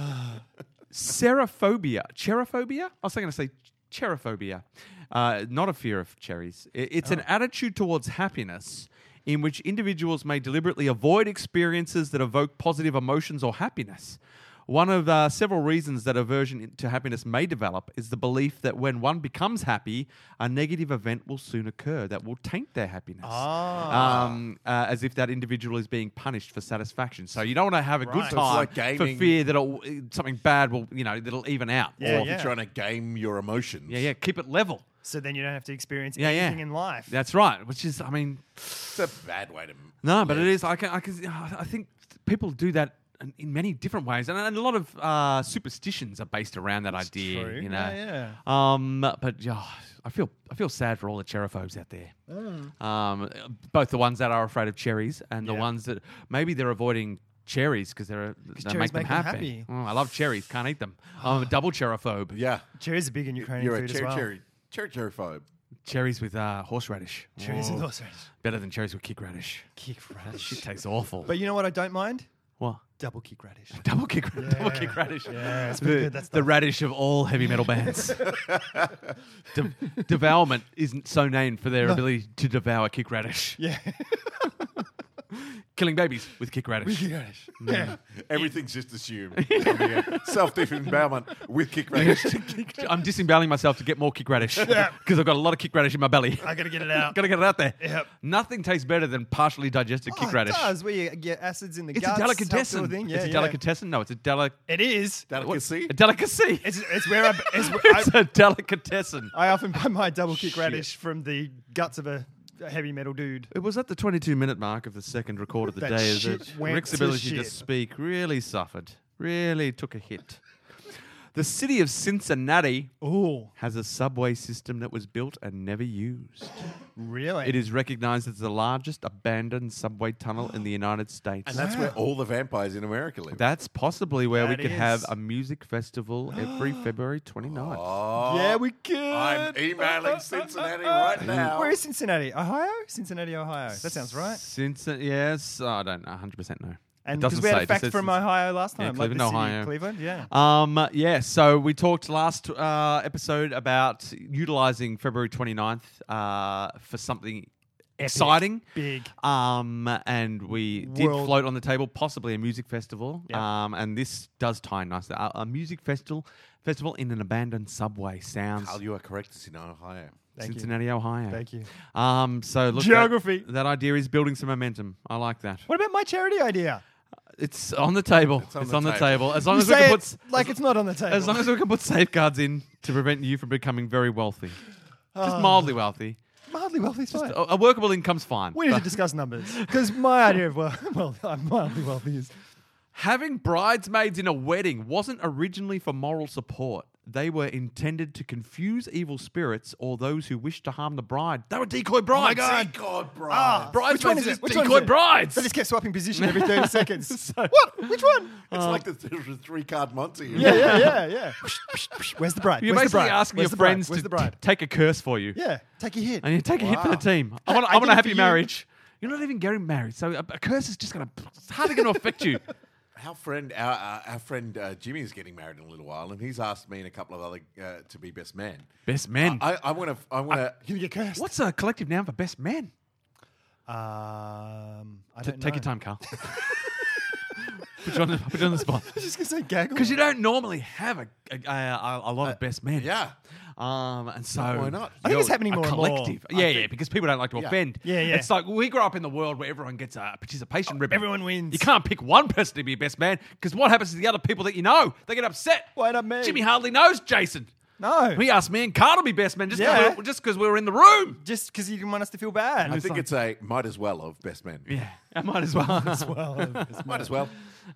S2: serophobia, cherophobia. I was going to say cherophobia, uh, not a fear of cherries. I- It's an
S1: Oh.
S2: attitude towards happiness in which individuals may deliberately avoid experiences that evoke positive emotions or happiness. One of uh, several reasons that aversion to happiness may develop is the belief that when one becomes happy, a negative event will soon occur that will taint their happiness
S1: Ah.
S2: um, uh, as if that individual is being punished for satisfaction. So you don't want to have a
S3: Right.
S2: good
S1: So it's
S2: time
S1: like gaming.
S2: for fear that it'll- something bad will, you know, that'll even out.
S1: or
S3: Yeah,
S1: if
S3: yeah.
S1: you're trying to game your emotions.
S2: yeah, yeah, keep it level.
S3: So then you don't have to experience
S2: Yeah,
S3: anything
S2: yeah.
S3: in life.
S2: That's right. Which is, I mean,
S1: It's a bad way to
S2: no, but it is. I can, I can, I think people do that. in- In many different ways, and and a lot of uh, superstitions are based around that idea,
S3: true.
S2: you know.
S3: Yeah,
S2: Um, but yeah, I feel I feel sad for all the cherophobes out there. Um, both the ones that are afraid of cherries and the
S3: Mm. Yeah.
S2: ones that maybe they're avoiding cherries because they're they
S3: cherries
S2: make them
S3: make them
S2: happy.
S3: happy.
S2: Mm, I love cherries. Can't eat them. I'm a double cherophobe.
S1: Yeah.
S3: Cherries are big in Ukrainian
S1: You're a
S3: food
S1: cherry
S3: as well.
S1: cherry cherry cherry phobe.
S2: Cherries with uh, horseradish.
S3: Cherries and
S2: Whoa.
S3: horseradish.
S2: Better than cherries with kick radish.
S3: Kick
S2: That
S3: radish.
S2: shit tastes awful.
S3: But you know what I don't mind?
S2: what?
S3: Double kick radish.
S2: Double kick, double kick radish.
S3: Yeah, it's pretty
S2: The,
S3: good. That's
S2: the radish of all heavy metal bands. De- devourment isn't so named for their ability to devour kick radish.
S3: Yeah.
S2: Killing babies with kick radish.
S3: radish. Yeah.
S1: Everything's just assumed. Self disembowelment with kick radish.
S2: I'm disemboweling myself to get more kick radish because I've got a lot of kick radish in my belly.
S3: I gotta get it out.
S2: Gotta get it out there.
S3: Yep.
S2: Nothing tastes better than partially digested
S3: Oh,
S2: kick radish.
S3: It does, where you get acids in the
S2: It's
S3: guts.
S2: a
S3: helps the
S2: delicatessen.
S3: thing. Yeah,
S2: it's a
S3: yeah.
S2: delicatessen. No, it's a, deli-
S3: It is.
S1: Delicacy.
S2: a delicacy.
S3: It's, it's where I, it's, where
S2: It's
S3: I,
S2: a delicatessen.
S3: I often buy my double kick radish from the guts of a a heavy metal dude.
S2: It was at the 22 minute mark of the second record of the
S3: That
S2: day as
S3: shit
S2: that
S3: went
S2: Rick's
S3: to
S2: ability to
S3: shit.
S2: speak really suffered, really took a hit. the city of Cincinnati
S3: Oh,
S2: has a subway system that was built and never used.
S3: really?
S2: It is recognized as the largest abandoned subway tunnel in the United States.
S1: And that's where all the vampires in America live.
S2: That's possibly where we
S3: That
S2: could have
S3: is-
S2: a music festival every February 29th.
S1: oh,
S3: Yeah, we could.
S1: I'm emailing Cincinnati right now.
S3: Where is Cincinnati? Ohio? Cincinnati, Ohio. That sounds right.
S2: Cincinnati, uh, yes, I don't 100% know.
S3: And
S2: It
S3: because
S2: doesn't
S3: we had
S2: say,
S3: a
S2: it just
S3: fact
S2: says
S3: from
S2: Cincinnati.
S3: Ohio last time,
S2: Yeah,
S3: like the
S2: Cleveland,
S3: city of
S2: Ohio.
S3: Cleveland. Yeah.
S2: Um, yeah, so we talked last uh, episode about utilizing February 29th uh, for something exciting.
S3: Big.
S2: Um, and we did
S3: World-
S2: float on the table possibly a music festival.
S3: Yep.
S2: Um, and this does tie in nicely. A, a music festival festival in an abandoned subway sounds.
S1: Carl, you are correct. It's in Ohio.
S3: Thank you.
S2: Cincinnati, Ohio.
S3: Thank you.
S2: Um, so look, that-
S3: Geography.
S2: That, idea is building some momentum. I like that.
S3: What about my charity idea?
S2: It's on the table. It's on, the, table. As long
S3: You
S2: as we
S3: say
S2: can
S3: it
S2: put s-
S3: like it's not on the table.
S2: as long as we can put safeguards in to prevent you from becoming very wealthy,
S3: Ah.
S2: just mildly wealthy.
S3: mildly wealthy, fine.
S2: A, a workable income's fine.
S3: we need to
S2: But
S3: discuss numbers because my idea of well, well, I'm mildly wealthy is
S2: Having bridesmaids in a wedding wasn't originally for moral support. They were intended to confuse evil spirits or those who wish to harm the bride. They were decoy brides.
S1: God, God, Brian.
S2: Bridesmaids
S3: Oh Which one is
S2: is
S3: it? Which
S2: decoy
S3: one is it?
S2: brides.
S3: They just kept swapping position every 30 seconds. what? Which one?
S1: It's like the th- three card Monty.
S3: Yeah, yeah, yeah, yeah. Where's the bride?
S2: You're
S3: Where's the
S2: basically
S3: bride?
S2: asking
S3: Where's
S2: your
S3: the bride?
S2: friends to
S3: Where's the bride?
S2: t- take a curse for you.
S3: yeah, take a hit.
S2: And you take a hit for the
S1: Wow.
S2: team. I want,
S3: I
S2: I want a
S3: did
S2: happy
S3: for you.
S2: marriage. You're not even getting married, so a, a curse is just going to, it's hardly going to affect you.
S1: Our friend, our, our, our friend uh, Jimmy is getting married in a little while, and he's asked me and a couple of other uh, to be best man.
S2: Best men.
S1: I, I want to. I want to.
S3: You're gonna get cursed.
S2: What's a collective noun for best man?
S3: Um, I
S2: T-
S3: don't
S2: take
S3: know.
S2: your time, Carl. put, you on the, put you on the spot.
S3: I was just gonna say gaggle.
S2: Because you don't normally have a, a, a, a
S3: Uh,
S2: lot of best men.
S1: yeah.
S2: Um, and so
S1: Why not?
S3: I think it's
S2: You're
S3: happening
S2: a
S3: more and more.
S2: collective.
S3: I
S2: Yeah,
S3: think-
S2: yeah, because people don't like to
S1: Yeah.
S2: offend.
S3: Yeah, yeah.
S2: It's like we grew up in the world where everyone gets a participation ribbon.
S3: everyone wins.
S2: You can't pick one person to be your best man because what happens to the other people that you know? They get upset.
S3: Why not me?
S2: Jimmy hardly knows Jason.
S3: No.
S2: He asked me and Carl to be best men just
S3: Yeah.
S2: because just 'cause we were in the room.
S3: just because you didn't want us to feel bad.
S1: I think it's a might as well of best man.
S2: Yeah, I might as well.
S3: well,
S1: Might as well.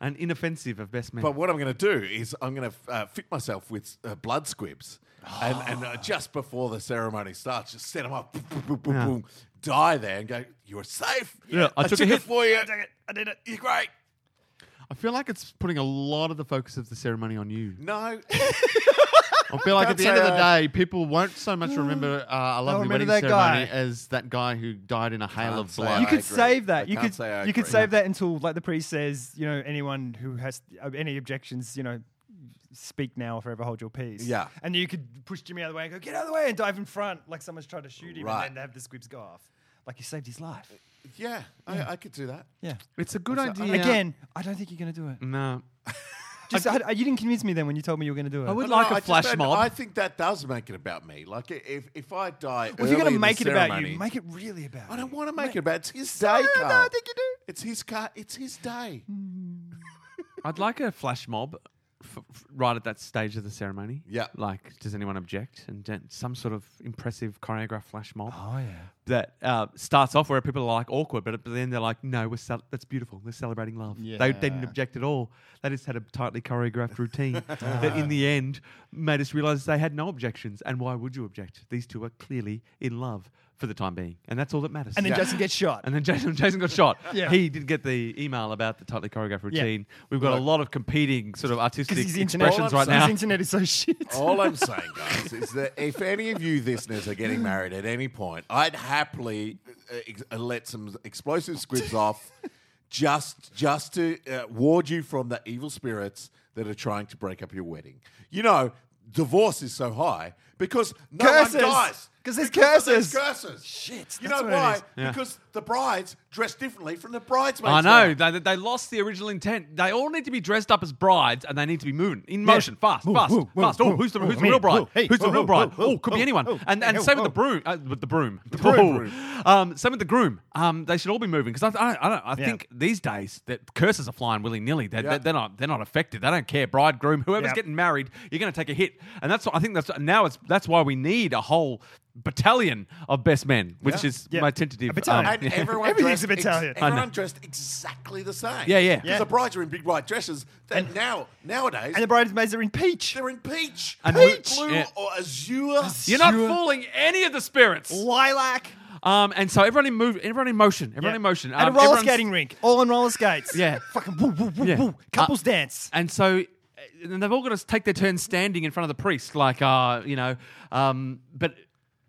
S2: An inoffensive of best men.
S1: But what I'm going to do is I'm going to uh, fit myself with uh, blood squibs, and, and uh, just before the ceremony starts, just set them up, boom, boom, boom, boom,
S2: Yeah.
S1: boom, die there, and go. You're safe.
S2: Yeah, I took a
S1: it
S2: hit.
S1: for you.
S3: I did it. I did it.
S1: You're great.
S2: I feel like it's putting a lot of the focus of the ceremony on you.
S1: No,
S2: I feel like
S1: at the Can't end say of the I-
S2: day, people won't so much remember uh, a
S3: lovely remember wedding that ceremony guy.
S2: as that guy who died in a hail
S1: Can't of say blood. I
S3: you could
S1: agree.
S3: save
S1: I
S3: that. You
S1: can't
S3: could
S1: say I
S3: you could
S1: agree.
S3: save that until like the priest says, you know, anyone who has uh, any objections, you know, speak now or forever hold your peace.
S1: Yeah.
S3: and you could push Jimmy out of the way and go get out of the way and dive in front like someone's trying to shoot him,
S1: Right.
S3: and then have the squibs go off. Like you saved his life.
S1: yeah, I, I could do that.
S3: Yeah.
S2: It's a Mm. good idea.
S3: Again, I don't think you're going to do it.
S2: no.
S3: Just I, I- you didn't convince me then when you told me you were going to do it.
S2: I would
S1: No,
S2: like
S1: I
S2: a
S1: just
S2: flash
S1: don't-
S2: mob.
S1: I think that does make it about me. Like i- if if I die,
S3: Well, if you're
S1: going to
S3: make it about
S1: ceremony,
S3: you, make it really about.
S1: I don't
S3: you.
S1: want to make it about. It's his
S3: No,
S1: day,
S3: no,
S1: Carl.
S3: I think you do.
S1: It's his car. It's his day.
S2: I'd like a flash mob f- f- right at that stage of the ceremony.
S1: Yeah.
S2: Like, does anyone object? And then some sort of impressive choreographed flash mob
S3: Oh yeah.
S2: that uh, starts off where people are like awkward, but, but then they're like, no, we're cel- that's beautiful. We're celebrating love. They, they didn't
S3: Yeah.
S2: object at all. They just had a tightly choreographed routine that in the end made us realize they had no objections. And why would you object? These two are clearly in love for the time being. And that's all that matters.
S3: And then Jason gets shot.
S2: And then Jason, Jason got shot.
S3: Yeah.
S2: He did get the email about the tightly choreographed
S3: Yeah.
S2: routine. We've got a lot of competing sort of artistic
S3: Because his internet,
S2: expressions right
S3: his
S2: now. Oh.
S3: internet is so shit.
S1: All I'm saying, guys, is that if any of you listeners are getting married at any point, I'd happily uh, ex- uh, let some explosive squibs off, just just to uh, ward you from the evil spirits that are trying to break up your wedding. You know, divorce is so high because no
S3: Curses.
S1: one dies.
S3: 'Cause there's
S1: Because
S3: curses.
S1: there's curses.
S3: Shit,
S1: You
S3: that's
S1: know
S3: what it
S1: why?
S3: is.
S2: Yeah.
S1: Because the brides dress differently from the bridesmaids.
S2: I
S1: now.
S2: know. They, they- they lost the original intent. They all need to be dressed up as brides and they need to be moving in
S3: Yeah.
S2: motion, fast,
S3: Move,
S2: fast,
S3: move, move,
S2: fast. Oh,
S3: move,
S2: who's the,
S3: move,
S2: who's the
S3: man,
S2: real bride?
S3: move. Hey,
S2: who's the
S3: oh,
S2: real
S3: oh,
S2: bride?
S3: oh,
S2: Oh, could
S3: oh,
S2: be anyone.
S3: oh,
S2: and and
S3: hey,
S2: same
S3: oh,
S2: with the broom. Uh, with the broom. The
S1: broom.
S2: Um, same with the groom. Um, they should all be moving because I, I, I, don't, I
S3: Yeah.
S2: think these days that curses are flying willy nilly. They're,
S1: Yeah.
S2: they're not they're not affected. They don't care. Bride, groom, whoever's
S3: Yep.
S2: getting married, you're going to take a hit. And that's what I think that's now it's that's why we need a whole battalion of best men, which
S1: Yeah.
S2: is
S3: Yeah.
S2: my
S3: A
S2: tentative. um,
S3: battalion.
S1: And everyone
S3: Everything's
S1: dressed
S3: a bit Italian.
S1: Ex-
S2: I know.
S1: everyone dressed exactly the same.
S2: Yeah, yeah.
S1: 'Cause
S3: Yeah.
S1: the brides are in big white dresses. That now nowadays
S3: and the bridesmaids are in peach.
S1: they're in peach,
S2: And
S1: peach,
S2: we-
S1: blue
S2: yeah.
S1: or azure.
S2: You're not
S3: Sure.
S2: fooling any of the spirits.
S3: Lilac.
S2: Um, and so everyone in move, everyone in motion, everyone in motion.
S3: At
S2: Um,
S3: a roller
S2: everyone's-
S3: skating rink. All on roller skates.
S2: Yeah.
S3: Fucking woo, woo, woo,
S2: Yeah. Uh,
S3: woo. Couples dance.
S2: And so, uh, and they've all got to take their turn standing in front of the priest, like, uh, you know, um, but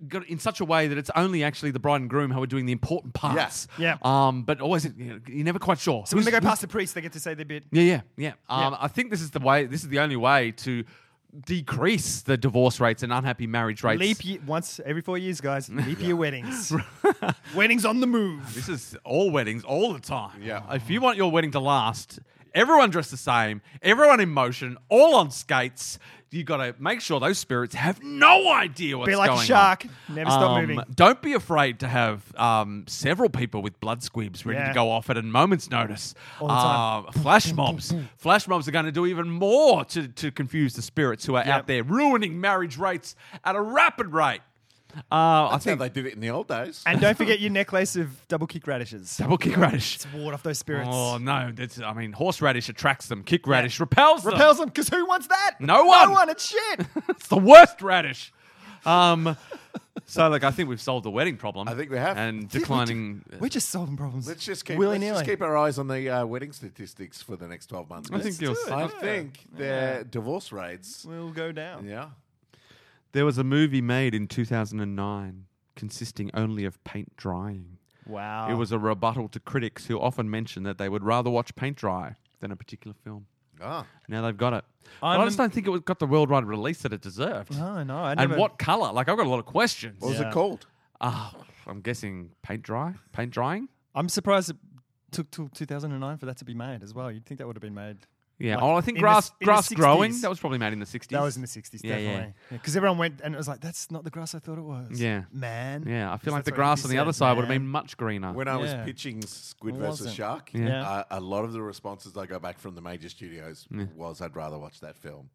S2: got in such a way that it's only actually the bride and groom who are doing the important parts.
S3: Yeah.
S2: Um, but always, you know, you're never quite sure.
S3: So when they
S2: Who's-
S3: go past the priest, they get to say their bit.
S2: Yeah, yeah, yeah. Um,
S3: Yeah.
S2: I think this is the way. This is the only way to decrease the divorce rates and unhappy marriage rates.
S3: Leap year, once every four years, guys. Leap year weddings. weddings on the move.
S2: This is all weddings all the time.
S1: Yeah.
S2: If you want your wedding to last, Everyone dressed the same, everyone in motion, all on skates. You got to make sure those spirits have no idea what's
S3: Be like a
S2: going on.
S3: shark. Never stop
S2: Um,
S3: moving.
S2: Don't be afraid to have um, several people with blood squibs ready
S3: Yeah.
S2: to go off at a moment's notice.
S3: All the time.
S2: Uh, flash mobs. flash mobs are going to do even more to, to confuse the spirits who are
S3: Yep.
S2: out there ruining marriage rates at a rapid rate. Uh, I
S1: That's how
S2: think
S1: they did it in the old days.
S3: And don't forget your necklace of double kick radishes.
S2: double kick radish.
S3: It's ward off those spirits.
S2: Oh no! That's, I mean, horseradish attracts them. Kick radish repels them.
S3: Repels them, because who wants that?
S2: No one.
S3: No one, it's shit.
S2: It's the worst radish. Um, so like, I think we've solved the wedding problem.
S1: I think we have.
S2: And declining.
S3: We're just solving problems.
S1: Let's just keep
S3: willy
S1: let's just
S3: nilly.
S1: keep our eyes on the uh, wedding statistics for the next twelve months.
S2: I think you'll.
S3: do it.
S1: I
S2: I-
S1: think their divorce rates.
S3: We'll go down.
S1: Yeah,
S2: There was a movie made in 2009 consisting only of paint drying.
S3: Wow.
S1: Ah.
S2: It was a rebuttal to critics who often mentioned that they would rather watch paint dry than a particular film.
S1: ah,
S2: Now they've got it. But
S3: I'm
S2: I just
S3: am-
S2: don't think it got the worldwide release that it deserved.
S3: No, no. I
S2: and
S3: never-
S2: what color? Like I've got a lot of questions.
S1: what was
S3: Yeah.
S1: it called?
S2: Ah, I'm guessing paint dry, paint drying.
S3: I'm surprised it took till 2009 for that to be made as well. You'd think that would have been made.
S2: Yeah.
S3: Like,
S2: oh, I think
S3: in the
S2: grass
S3: s- in the
S2: grass
S3: 60s.
S2: growing. That was probably made in the 60s.
S3: That was in the 60s,
S2: Yeah, yeah.
S3: definitely. Because everyone went and it was like, that's not the grass I thought it was.
S2: Yeah.
S3: Man.
S2: Yeah, I feel
S3: Because
S2: like the
S3: that's what
S2: grass
S3: he
S2: on the
S3: said,
S2: other side would have
S3: man.
S2: been much greener.
S1: When I was
S3: Yeah.
S1: pitching Squid
S3: It
S1: versus
S3: wasn't.
S1: Shark,
S3: Yeah.
S1: uh, a lot of the responses I got back from the major studios was, "I'd rather watch that film."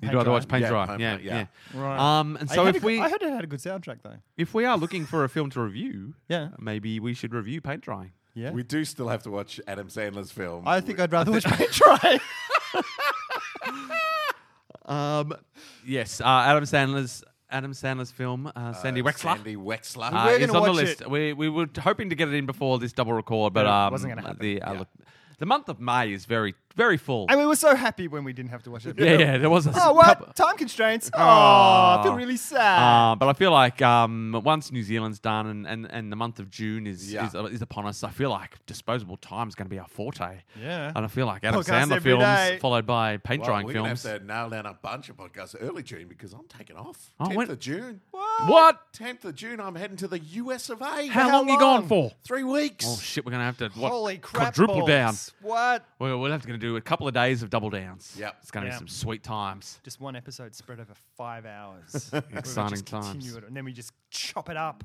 S2: You'd
S3: Paint
S2: rather
S3: dry.
S2: watch paint
S1: Yeah,
S2: dry.
S1: paint
S2: Yeah,
S1: dry,
S2: yeah.
S1: yeah.
S3: Right.
S2: Um, and
S3: I
S2: so
S3: had a
S2: if
S3: good-
S2: we
S3: I heard it had a good soundtrack, though.
S2: if we are looking for a film to review,
S3: Yeah.
S2: maybe we should review paint drying.
S3: Yeah.
S1: We do still have to watch Adam Sandler's film.
S3: I think I'd rather watch paint dry.
S2: Um, yes, uh, Adam Sandler's Adam Sandler's film uh, Sandy Wexler.
S1: Sandy Wexler.
S2: Uh,
S3: We're
S2: is
S3: gonna
S2: on the
S3: watch
S2: list.
S3: it.
S2: We we were hoping to get it in before this double record, but
S3: But it
S2: um,
S3: wasn't gonna happen.
S2: The uh, look, the month of May is very very full.
S3: and we were so happy when we didn't have to watch it.
S2: yeah, yeah, there was a
S3: Oh, what?
S2: couple- Ah.
S3: Time constraints. Oh, I feel
S2: Aw.
S3: really sad.
S2: Uh, but I feel like um, once New Zealand's done and, and, and the month of June is,
S1: Yeah.
S2: is is upon us, I feel like disposable time is going to be our forte.
S3: Yeah.
S2: and I feel like Adam
S3: Podcast
S2: Sandler
S3: every
S2: films
S3: day.
S2: followed by paint
S1: Well,
S2: drying
S1: we're gonna
S2: films.
S1: have to nail down a bunch of podcasts early June because I'm taking off.
S2: Oh,
S1: 10th
S2: when-
S1: of June.
S2: What?
S1: 10th of June, I'm heading to the US of A.
S2: How, long, you gone for?
S1: Three weeks.
S2: Oh shit, we're gonna have to what,
S3: Holy crap.
S2: quadruple down.
S3: balls. What?
S2: We'll, we'll have to gonna do a couple of days of double downs.
S1: Yep.
S2: it's gonna
S3: Yeah.
S2: be some sweet times.
S3: Just one episode spread over five hours. Where we
S2: Exciting
S3: just continue
S2: times.
S3: It, and then we just chop it up.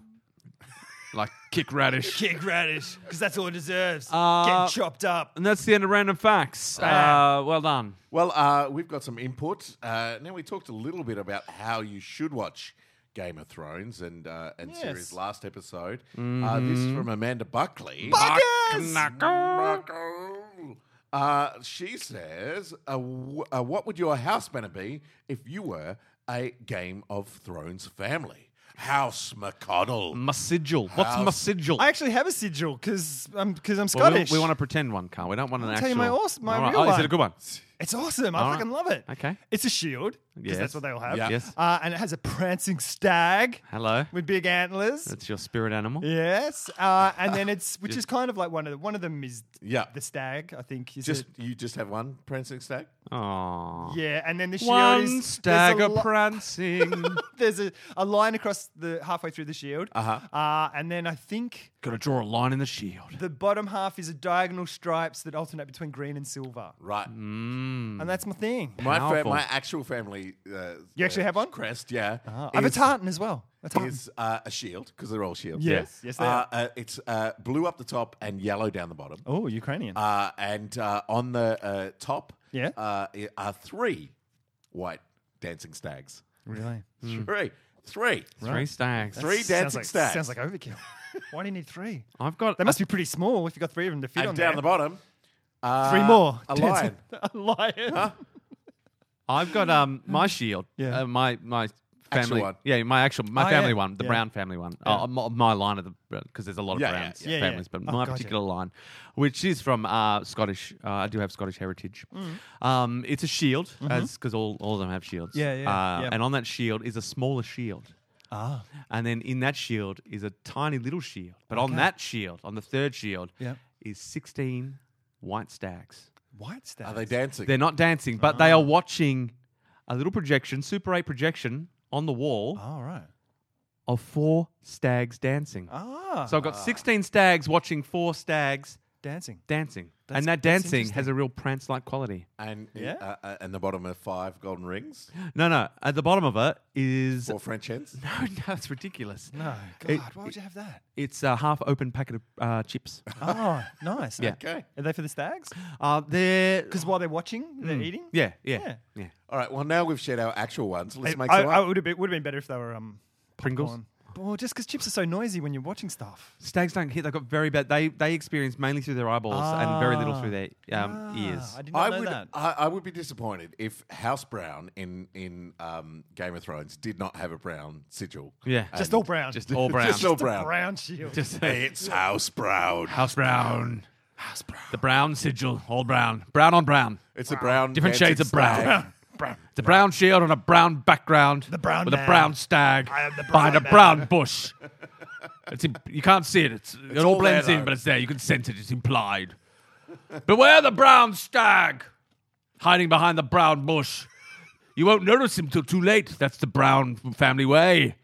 S2: Like kick radish.
S3: Kick radish, because that's all it deserves.
S2: Uh,
S3: Get chopped up.
S2: and that's the end of random
S3: Oh,
S2: facts. Uh,
S3: Bam.
S2: well done.
S1: Well, uh, we've got some input. Uh, now, we talked a little bit about how you should watch Game of Thrones and, uh, and
S3: Yes.
S1: series last episode. Uh, this
S2: Mm-hmm.
S1: is from Amanda Buckley.
S3: Buckers!
S1: Uh, she says, uh, w- uh, What would your house banner be if you were a Game of Thrones family? House
S3: Mm.
S1: McConnell.
S2: My sigil. What's my
S1: House-
S2: sigil?
S3: I actually have a sigil because I'm because I'm
S2: Well, we-
S3: Scottish.
S2: we, want to pretend one, can't we? don't want an
S3: I'll
S2: actual.
S3: tell you my awes- my
S2: All right.
S3: real
S2: oh, Is it a
S3: one.
S2: good one?
S3: It's awesome. I
S2: All right.
S3: fucking love it.
S2: Okay.
S3: It's a shield because
S2: Yes.
S3: that's what they all have.
S1: Yeah.
S2: Yes.
S3: Uh, and it has a prancing stag
S2: Hello.
S3: with big antlers.
S2: That's your spirit animal.
S3: yes. Uh, and then it's which is kind of like one of the, one of them is
S1: Yeah.
S3: the stag. I think is
S1: Just
S3: it?
S1: You just have one prancing stag?
S2: Aww.
S3: Yeah. And then the shield
S2: One
S3: is there's a
S2: stag a
S3: lo-
S2: prancing.
S3: There's a, a line across the halfway through the shield. Uh-huh. Uh And then I think
S2: Got to draw a line in the shield.
S3: the bottom half is a diagonal stripes that alternate between green and silver.
S1: Right.
S3: Mm.
S1: Mm.
S3: And that's my thing.
S1: My, fa-
S2: Powerful.
S1: my actual family. Uh,
S3: You actually
S1: uh,
S3: have one? Ah,
S1: Crest, yeah.
S3: I have a tartan as well. A tartan.
S1: Is uh, a shield because they're all shields.
S3: Yes. Yes, they
S1: uh,
S3: are.
S1: Uh, it's uh, blue up the top and yellow down the bottom.
S3: Oh, Ukrainian.
S1: Uh, and uh, on the uh, top,
S3: Yeah.
S1: uh, i- are three white dancing stags.
S3: really?
S1: Three, three,
S2: Three stags.
S1: three
S3: sounds
S1: dancing
S3: like,
S1: stags.
S3: Sounds like overkill. Why do you need three?
S2: I've got.
S3: They must be pretty small if you've got three of them to fit on
S1: and down
S3: there.
S1: the bottom, uh,
S3: Three more.
S1: A
S3: dancing-
S1: lion.
S3: a lion.
S2: I've got um my shield.
S3: Yeah.
S2: Uh, my my
S1: Actual
S2: family.
S1: one.
S2: Yeah, my actual my
S3: Oh, yeah.
S2: family one, the
S3: Yeah.
S2: brown family one. Uh, my, my line of the because there's a lot of
S1: Yeah, yeah,
S2: browns
S3: yeah. Yeah, yeah.
S2: families, but my
S3: Oh, gotcha.
S2: particular line, which is from uh Scottish. Uh, I do have Scottish heritage. Um, it's a shield as because all all of them have shields.
S3: Mm. Mm-hmm. Yeah, yeah,
S2: Uh,
S3: yeah.
S2: And on that shield is a smaller shield.
S3: Ah.
S2: And then in that shield is a tiny little shield. But on that shield, on the third shield,
S3: Yeah.
S2: is 16 white stags.
S3: White stags.
S1: Are they dancing?
S2: They're not dancing, but
S3: Ah.
S2: they are watching a little projection, Super 8 projection on the wall
S3: All right.
S2: of four stags dancing.
S3: Ah.
S2: So I've got 16 stags watching four stags
S3: Dancing.
S7: Dancing.
S3: That's-
S7: and that
S3: that's
S7: dancing has
S3: interesting.
S7: a real prance like quality.
S1: And
S3: Yeah.
S1: uh, uh, and the bottom of five golden rings
S7: No, no. At the bottom of it is.
S1: or French hens.
S7: No, no, it's ridiculous.
S3: No, God,
S7: It-
S3: why would you have that?
S7: It's a half open packet of uh, chips.
S3: Oh, nice.
S7: Yeah.
S1: Okay.
S3: Are they for the stags?
S7: Uh, they're.
S3: Because while they're watching, they're
S1: Mm.
S3: eating.
S7: Yeah, yeah, yeah.
S3: Yeah.
S1: All right. Well, now we've shared our actual ones. Let's
S3: It-
S1: make
S3: I,
S1: some.
S3: I
S1: up.
S3: would have been, would have been better if they were um
S7: Pringles.
S3: popcorn. Well, just because chips are so noisy when you're watching stuff.
S7: Stags don't hear. They've got very bad. They they experience mainly through their eyeballs and very little
S3: Ah.
S7: through their um,
S3: Ah,
S7: ears.
S3: I did not
S1: I
S3: know
S1: would,
S3: that.
S1: I, I would be disappointed if House Brown in in um, Game of Thrones did not have a brown sigil.
S7: Yeah.
S3: just
S1: And-
S3: all brown.
S7: Just all brown.
S1: Just all
S3: Just a
S1: brown.
S3: brown shield.
S7: Just-
S1: It's House Brown.
S7: House brown. House brown. The brown sigil. All brown. Brown on brown.
S1: It's a brown.
S7: Different
S1: dancing
S7: shades of brown.
S1: stag.
S3: brown.
S7: It's a brown shield on a brown background. The
S3: brown
S7: with a
S3: man.
S7: brown stag
S3: I am the brown
S7: behind a
S3: man.
S7: brown bush. It's in, you can't see it. It's, it all
S1: all
S7: blends
S1: there,
S7: in,
S1: though.
S7: but it's there. You can sense it. It's implied. Beware the brown stag, hiding behind the brown bush. You won't notice him till too late. That's the brown family way.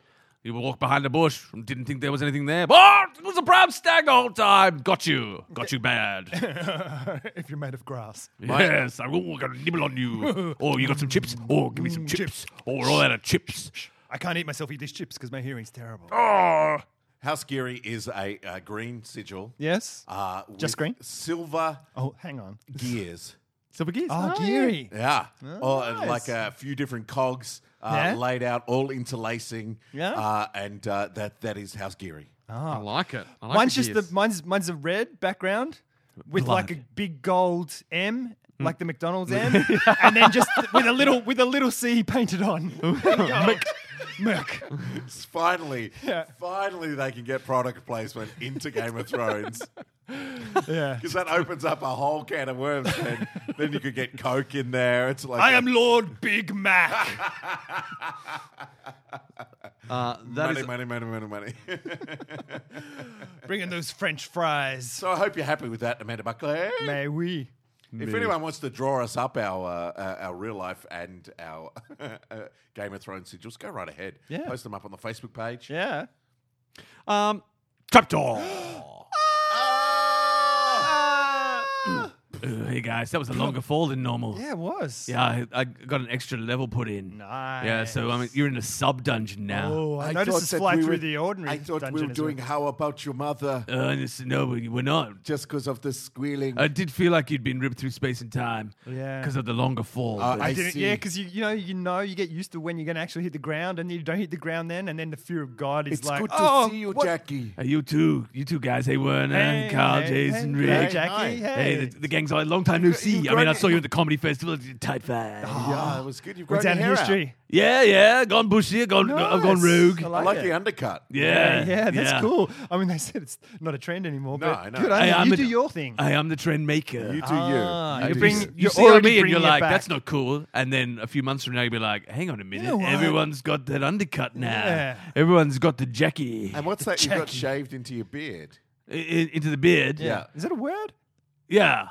S7: You walk behind the bush and didn't think there was anything there. Oh, it was a brown stag the whole time. Got you. Got you bad.
S3: if you're made of grass.
S7: yes, I'm all going to nibble on you. Oh, you got some chips? Oh, give me
S3: Mm,
S7: some chips. Oh, we're all out of chips.
S3: I can't eat myself eat these chips because my hearing's terrible.
S7: Oh.
S1: House Geary is a, uh green sigil.
S3: Yes.
S7: Ah.
S1: Uh,
S3: Just
S1: with
S3: green?
S1: Silver
S3: oh, hang on.
S1: gears.
S7: Silver gears.
S3: Oh,
S7: yeah.
S3: Geary.
S1: Yeah. Oh, and
S3: nice.
S1: like a few different cogs uh,
S3: Yeah.
S1: laid out, all interlacing.
S3: Yeah.
S1: Uh, and uh, that that is House Geary.
S7: I like it. I like
S3: mine's just
S7: gears.
S3: the mine's mine's a red background with like a
S7: Blood. Hmm.
S3: big gold M, like the McDonald's M, and then just with a little with a little C painted on. Mc, Mc.
S1: It's finally,
S3: Yeah.
S1: finally, they can get product placement into Game of Thrones
S3: Yeah.
S1: because that opens up a whole can of worms. Then, then you could get Coke in there. It's like
S3: I
S1: a
S3: am Lord Big Mac.
S7: Uh, that
S1: money,
S7: is-
S1: money, money, money, money.
S3: Bringing those French fries.
S1: so I hope you're happy with that, Amanda Buckley.
S3: May we?
S1: If anyone wants to draw us up our uh, uh, our real life and our uh, Game of Thrones sigils, go right ahead.
S3: Yeah.
S1: Post them up on the Facebook page.
S3: Yeah.
S7: um, trapdoor.
S1: Ah!
S7: Uh, hey guys, that was a longer fall than normal.
S3: Yeah, it was.
S7: Yeah, I, I got an extra level put in.
S3: Nice.
S7: Yeah, so I mean, you're in a sub dungeon now.
S3: Oh, I, noticed
S1: thought
S3: this
S1: that
S3: fly
S1: we
S3: through
S1: were-
S3: the ordinary.
S1: I thought we
S3: dungeon
S1: were
S3: as well.
S1: doing How About Your Mother
S7: Uh, and it's- no, we- we're not.
S1: just because of the squealing.
S7: I did feel like you'd been ripped through space and time.
S3: Yeah.
S7: Because of the longer fall.
S1: Uh,
S7: but-
S1: I
S3: I didn't,
S1: see.
S3: yeah, because you you know you know you get used to when you're going to actually hit the ground, and then you don't hit the ground then, and then the fear of God is
S1: it's
S3: like,
S1: good to
S3: oh,
S1: see you,
S3: what-
S1: Jackie.
S7: Hey, uh, you two, you two guys, hey Werner,
S3: Hey,
S7: Carl,
S3: hey,
S7: Jason,
S3: hey,
S7: Rick.
S3: hey, Jackie,
S1: Hi.
S7: Hey,
S3: hey.
S7: the, the gang's all long time no see. I mean, I
S1: grown-
S7: saw you at the comedy festival. Tight five.
S3: Ah.
S1: Yeah, it was good. You've
S3: We're
S1: grown your
S3: down
S1: hair out.
S3: history.
S7: Yeah, yeah. Gone bushy. Gone. I've gone rogue.
S3: I
S1: I
S3: like
S1: like
S3: it.
S1: the undercut.
S7: yeah,
S3: Yeah, that's
S7: yeah.
S3: cool. I mean, they said it's not a trend anymore,
S1: No,
S3: but
S1: no.
S3: good on
S7: Hey,
S3: you.
S7: I'm
S3: you
S7: a-
S3: do your thing.
S7: I am the trend maker.
S1: You do
S3: Ah,
S1: you.
S3: you
S1: do you.
S3: bring-
S7: you
S3: you're
S7: see what I
S3: already
S7: mean? and You're
S3: bringing it
S7: like,
S3: back.
S7: that's not cool. And then a few months from now, you'll be like, hang on a minute,
S3: know what?
S7: everyone's got that undercut now.
S3: Yeah.
S7: Everyone's got the Jackie
S1: And what's that? You got
S3: Jackie.
S1: shaved into your beard.
S7: I- I- into the beard.
S1: Yeah.
S3: Is that a word?
S7: yeah.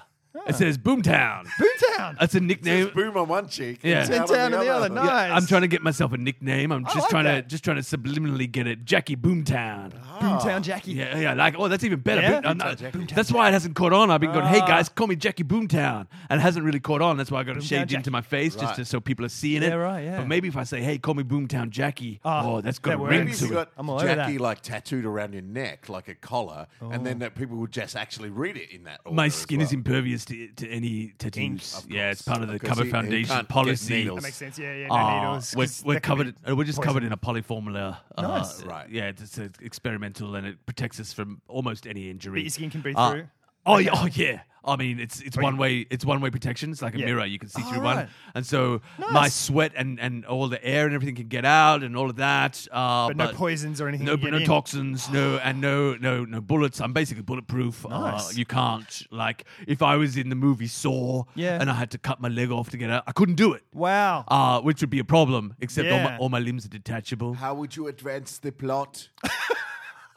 S7: It says Boomtown.
S3: Boomtown.
S7: That's a nickname.
S1: There's boom on one cheek.
S7: Yeah.
S1: and
S7: And
S1: down
S3: down on the other.
S7: Yeah,
S3: Nice.
S7: I'm trying to get myself a nickname. I'm just
S3: like
S7: trying to
S3: that.
S7: just trying to subliminally get it. Jackie Boomtown.
S1: Ah.
S3: Boomtown Jackie.
S7: Yeah, yeah, like oh, that's even better.
S3: Yeah?
S7: Boom- I'm not-
S1: Boomtown Jackie.
S7: that's why it hasn't caught on. I've been going, hey
S3: Ah.
S7: guys, call me Jackie Boomtown, and it hasn't really caught on. That's why I got it
S3: Boomtown
S7: shaved
S3: Jackie.
S7: into my face just
S1: Right.
S7: to, so people are seeing it.
S3: Yeah, right, yeah.
S7: But maybe if I say, hey, call me Boomtown Jackie,
S3: Ah,
S7: oh, that's got
S3: that
S7: a ring
S1: Maybe if you
S7: to it.
S1: got
S3: I'm all over
S1: Jackie
S3: that.
S1: like tattooed around your neck like a collar, and then that people would just actually read it in that. Order
S7: Oh. My
S1: as
S7: skin is
S1: well.
S7: impervious to, to any tattoos.
S1: Of
S7: yeah, it's
S1: course,
S7: part of the
S1: of course.
S7: cover
S1: You- you
S7: foundation
S1: can't get
S7: policy.
S1: needles.
S3: That makes sense. Yeah, yeah. No
S7: Ah,
S3: needles.
S7: We're,
S3: 'cause
S7: we're
S3: that could
S7: covered.
S3: be
S7: uh, We're just
S3: poison.
S7: covered in a polyformula. Uh,
S3: Nice.
S1: Right.
S7: Yeah, it's, it's experimental and it protects us from almost any injury.
S3: But your skin can breathe
S7: Uh,
S3: through.
S7: Oh yeah, oh yeah. I mean, it's it's one way. It's one way protection. It's like a
S3: Yeah.
S7: mirror. You can see
S3: Oh,
S7: through one,
S3: right.
S7: and so my
S3: Nice.
S7: sweat and, and all the air and everything can get out and all of that. Uh,
S3: But no poisons or anything
S7: No,
S3: can
S7: but
S3: get
S7: no
S3: in.
S7: toxins. No, and no no no bullets. I'm basically bulletproof. Uh,
S3: Nice.
S7: you can't like if I was in the movie Saw,
S3: Yeah.
S7: and I had to cut my leg off to get out, I couldn't do it.
S3: Wow.
S7: Uh, which would be a problem, except all, my,
S3: Yeah.
S7: all my limbs are detachable.
S1: How would you advance the plot?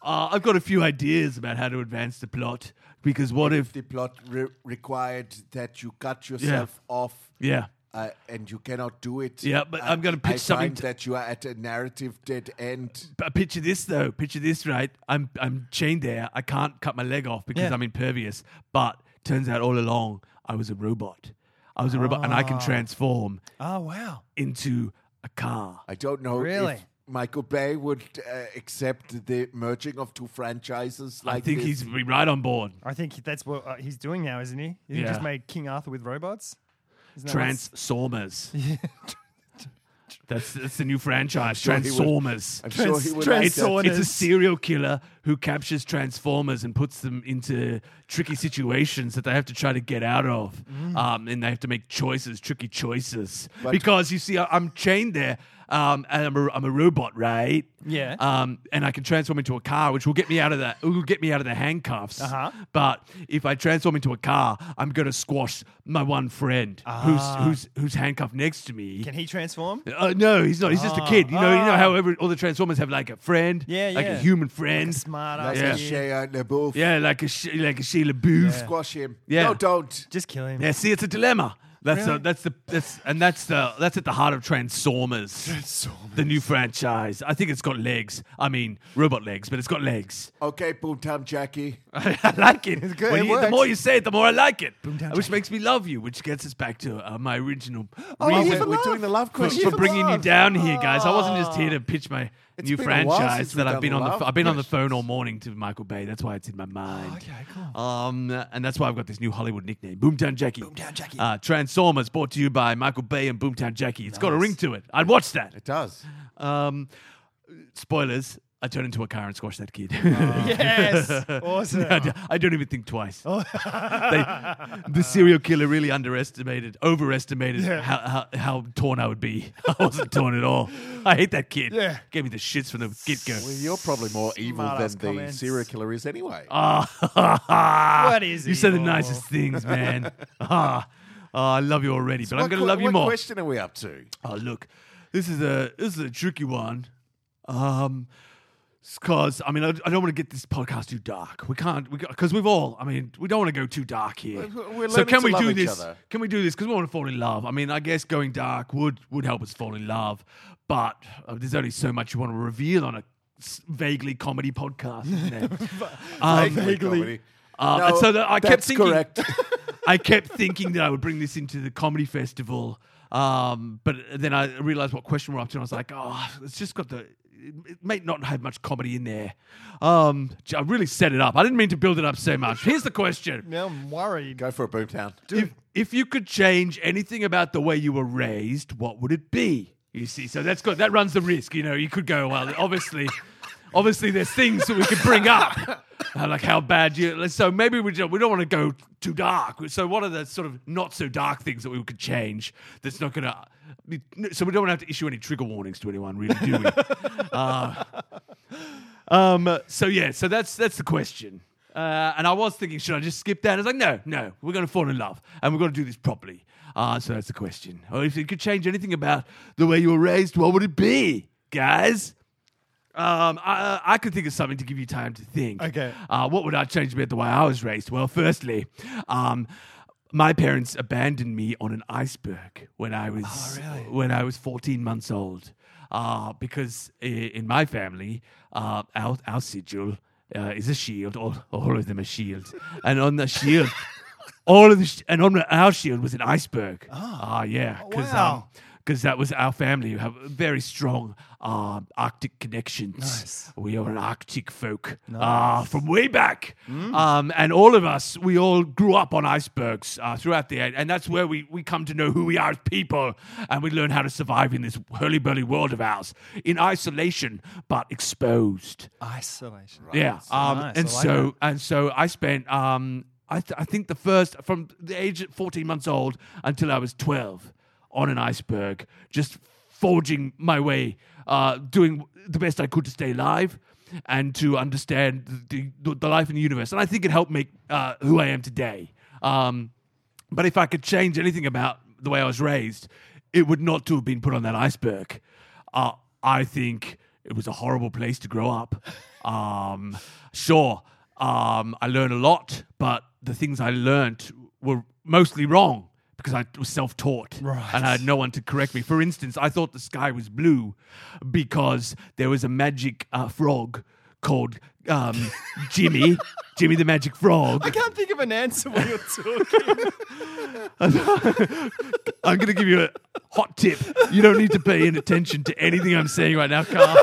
S7: Uh, I've got a few ideas about how to advance the plot. Because what if.
S1: the plot re- required that you cut yourself off
S7: Yeah.
S1: uh, and you cannot do it.
S7: Yeah, but
S1: Uh,
S7: I'm gonna
S1: I
S7: pitch something
S1: find
S7: to-
S1: that you are at a narrative dead end.
S7: But picture this though. Picture this, right? I'm I'm chained there. I can't cut my leg off because
S3: Yeah.
S7: I'm impervious. But turns out all along I was a robot. I was a robot, and I
S1: Ah.
S7: can transform
S3: Oh wow.
S7: into a car.
S1: I don't know if
S3: Really?
S1: Michael Bay would uh, accept the merging of two franchises. Like
S7: I think
S1: this.
S7: he's right on board.
S3: I think that's what uh, he's doing now, isn't he? He
S7: Yeah.
S3: just made King Arthur with robots. Isn't that what's-
S7: Transformers. That's that's the new franchise.
S1: sure he would-
S7: Transformers.
S1: I'm sure he would.
S3: Trans-
S7: It's,
S1: accept-
S3: Transform-
S7: it's a
S3: Saunas.
S7: serial killer who captures Transformers and puts them into tricky situations that they have to try to get out of. Um, and they have to make choices, tricky choices.
S1: Mm. But-
S7: because you see, I, I'm chained there um, and I'm a, I'm a robot, right?
S3: Yeah.
S7: Um, and I can transform into a car, which will get me out of the will get me out of the handcuffs.
S3: Uh-huh.
S7: But if I transform into a car, I'm gonna squash my one friend who's who's who's handcuffed next to me.
S3: Ah. Can he transform?
S7: Uh, no, he's not. He's just a
S3: Ah.
S7: kid. You know, you know
S3: Ah.
S7: how every, all the Transformers have like a friend,
S3: Yeah,
S7: like a
S3: yeah.
S7: human friend,
S3: Smart
S1: like
S3: ass.
S7: Yeah.
S1: a Shia LaBeouf.
S7: yeah, like a Sh- like a Sheila Booth. Yeah.
S1: Squash him.
S7: Yeah.
S1: No, don't.
S3: Just kill him.
S7: see, it's a dilemma. That's the
S3: Really?
S7: that's the that's and that's the that's at the heart of Transformers, the new franchise. I think it's got legs. I mean, robot legs, but it's got legs.
S1: Okay, Boomtown Jackie.
S7: I like it.
S1: good,
S7: When
S1: it
S7: you- the
S1: works.
S7: more you say it, the more I like it,
S3: down,
S7: which
S3: Jackie.
S7: makes me love you. Which gets us back to uh, my original
S1: Oh,
S7: reason
S1: we're, we're doing the love
S7: for,
S1: question. Oh.
S7: for bringing you down here, guys. I wasn't just here to pitch my
S1: It's
S7: new
S1: been a while
S7: franchise
S1: since we've
S7: that I've
S1: done
S7: been on. The,
S1: love
S7: ph- I've been on the
S1: questions. Oh,
S7: phone all morning to Michael Bay. That's why it's in my mind.
S3: okay, cool.
S7: Um, and that's why I've got this new Hollywood nickname, Boomtown Jackie.
S3: Boomtown Jackie.
S7: Uh, Transformers, brought to you by Michael Bay and Boomtown Jackie. It's got a ring to it. I'd watch that.
S1: It does.
S7: Um, spoilers. I turn into a car and squash that kid.
S1: Oh.
S3: yes. Awesome.
S7: I d- I don't even think twice.
S1: Oh.
S7: They- the serial killer really underestimated, overestimated how, how, how torn I would be. I wasn't torn at all. I hate that kid.
S3: Yeah.
S7: Gave me the shits from the get go.
S1: Well, you're probably more evil than
S3: Smart-ass
S1: the
S3: comments.
S1: serial killer is anyway.
S3: is
S7: what Ah. You said the
S3: evil?
S7: nicest things, man. ah, ah, I love you already, but I'm going to love you
S1: what
S7: more.
S1: question are we up to?
S7: Oh, look, this is a this is a tricky one. Um, because I mean, I, I don't want to get this podcast too dark. We can't because we, have all. I mean, we don't want to go too dark here.
S1: We're- we're
S7: so
S1: learning
S7: can
S1: to
S7: we
S1: love
S7: do
S1: each
S7: this?
S1: other.
S7: Can we do this? Because we want to fall in love. I mean, I guess going dark would would help us fall in love, but uh, there's only so much you want to reveal on a s- vaguely comedy podcast. Isn't there? Um,
S1: Comedy.
S7: uh,
S1: No,
S7: and so that I kept
S1: that's
S7: thinking,
S1: correct.
S7: I kept thinking that I would bring this into the comedy festival, um, but then I realized what question we're up to, and I was like, oh, it's just got the. It may not have much comedy in there. Um, j- I really set it up. I didn't mean to build it up so much. Here's the question:
S3: Now I'm worried.
S1: Go for a boomtown.
S7: if, if you could change anything about the way you were raised, what would it be? You see, so that's good. That runs the risk. You know, you could go, well, obviously, obviously, there's things that we could bring up, uh, like how bad you. So maybe we don't, we don't want to go too dark. So what are the sort of not so dark things that we could change? That's not going to. So we don't have to issue any trigger warnings to anyone, really, do we? uh, um, so yeah, so that's that's the question. Uh, and I was thinking, should I just skip that? I was like, no, no, we're going to fall in love, and we're going to do this properly. Uh, so that's the question. Or if you could change anything about the way you were raised, what would it be, guys? Um, I, I could think of something to give you time to think.
S3: Okay.
S7: Uh, what would I change about the way I was raised? Well, firstly, um, my parents abandoned me on an iceberg when I was
S3: Oh,
S7: when I was 14 months old, uh, because i- in my family, uh, our our sigil uh, is a shield. All all of them are shields, and on the shield. All of the sh- and on the- our shield was an iceberg. Ah, yeah, because
S3: Oh, Wow.
S7: because that was our family who have very strong um, Arctic connections. We are an Arctic folk Ah, from way back. Um, and all of us, we all grew up on icebergs uh, throughout the and that's where we, we come to know who we are as people and we learn how to survive in this hurly-burly world of ours in isolation but exposed.
S3: Isolation.
S7: Yeah. Um,
S3: Nice,
S7: and
S3: I like
S7: so and so I spent um, I, th- I think the first from the age of 14 months old until I was 12 on an iceberg, just forging my way, uh, doing the best I could to stay alive and to understand the, the, the life in the universe. And I think it helped make uh, who I am today. Um, but if I could change anything about the way I was raised, it would not to have been put on that iceberg. Uh, I think it was a horrible place to grow up. Um, sure, um, I learned a lot, but the things I learned were mostly wrong because I was self-taught
S3: Right.
S7: and I had no one to correct me. For instance, I thought the sky was blue because there was a magic uh, frog called um, Jimmy, Jimmy the Magic Frog.
S3: I can't think of an answer while you're talking.
S7: I'm going to give you a hot tip. You don't need to pay any attention to anything I'm saying right now, Carl.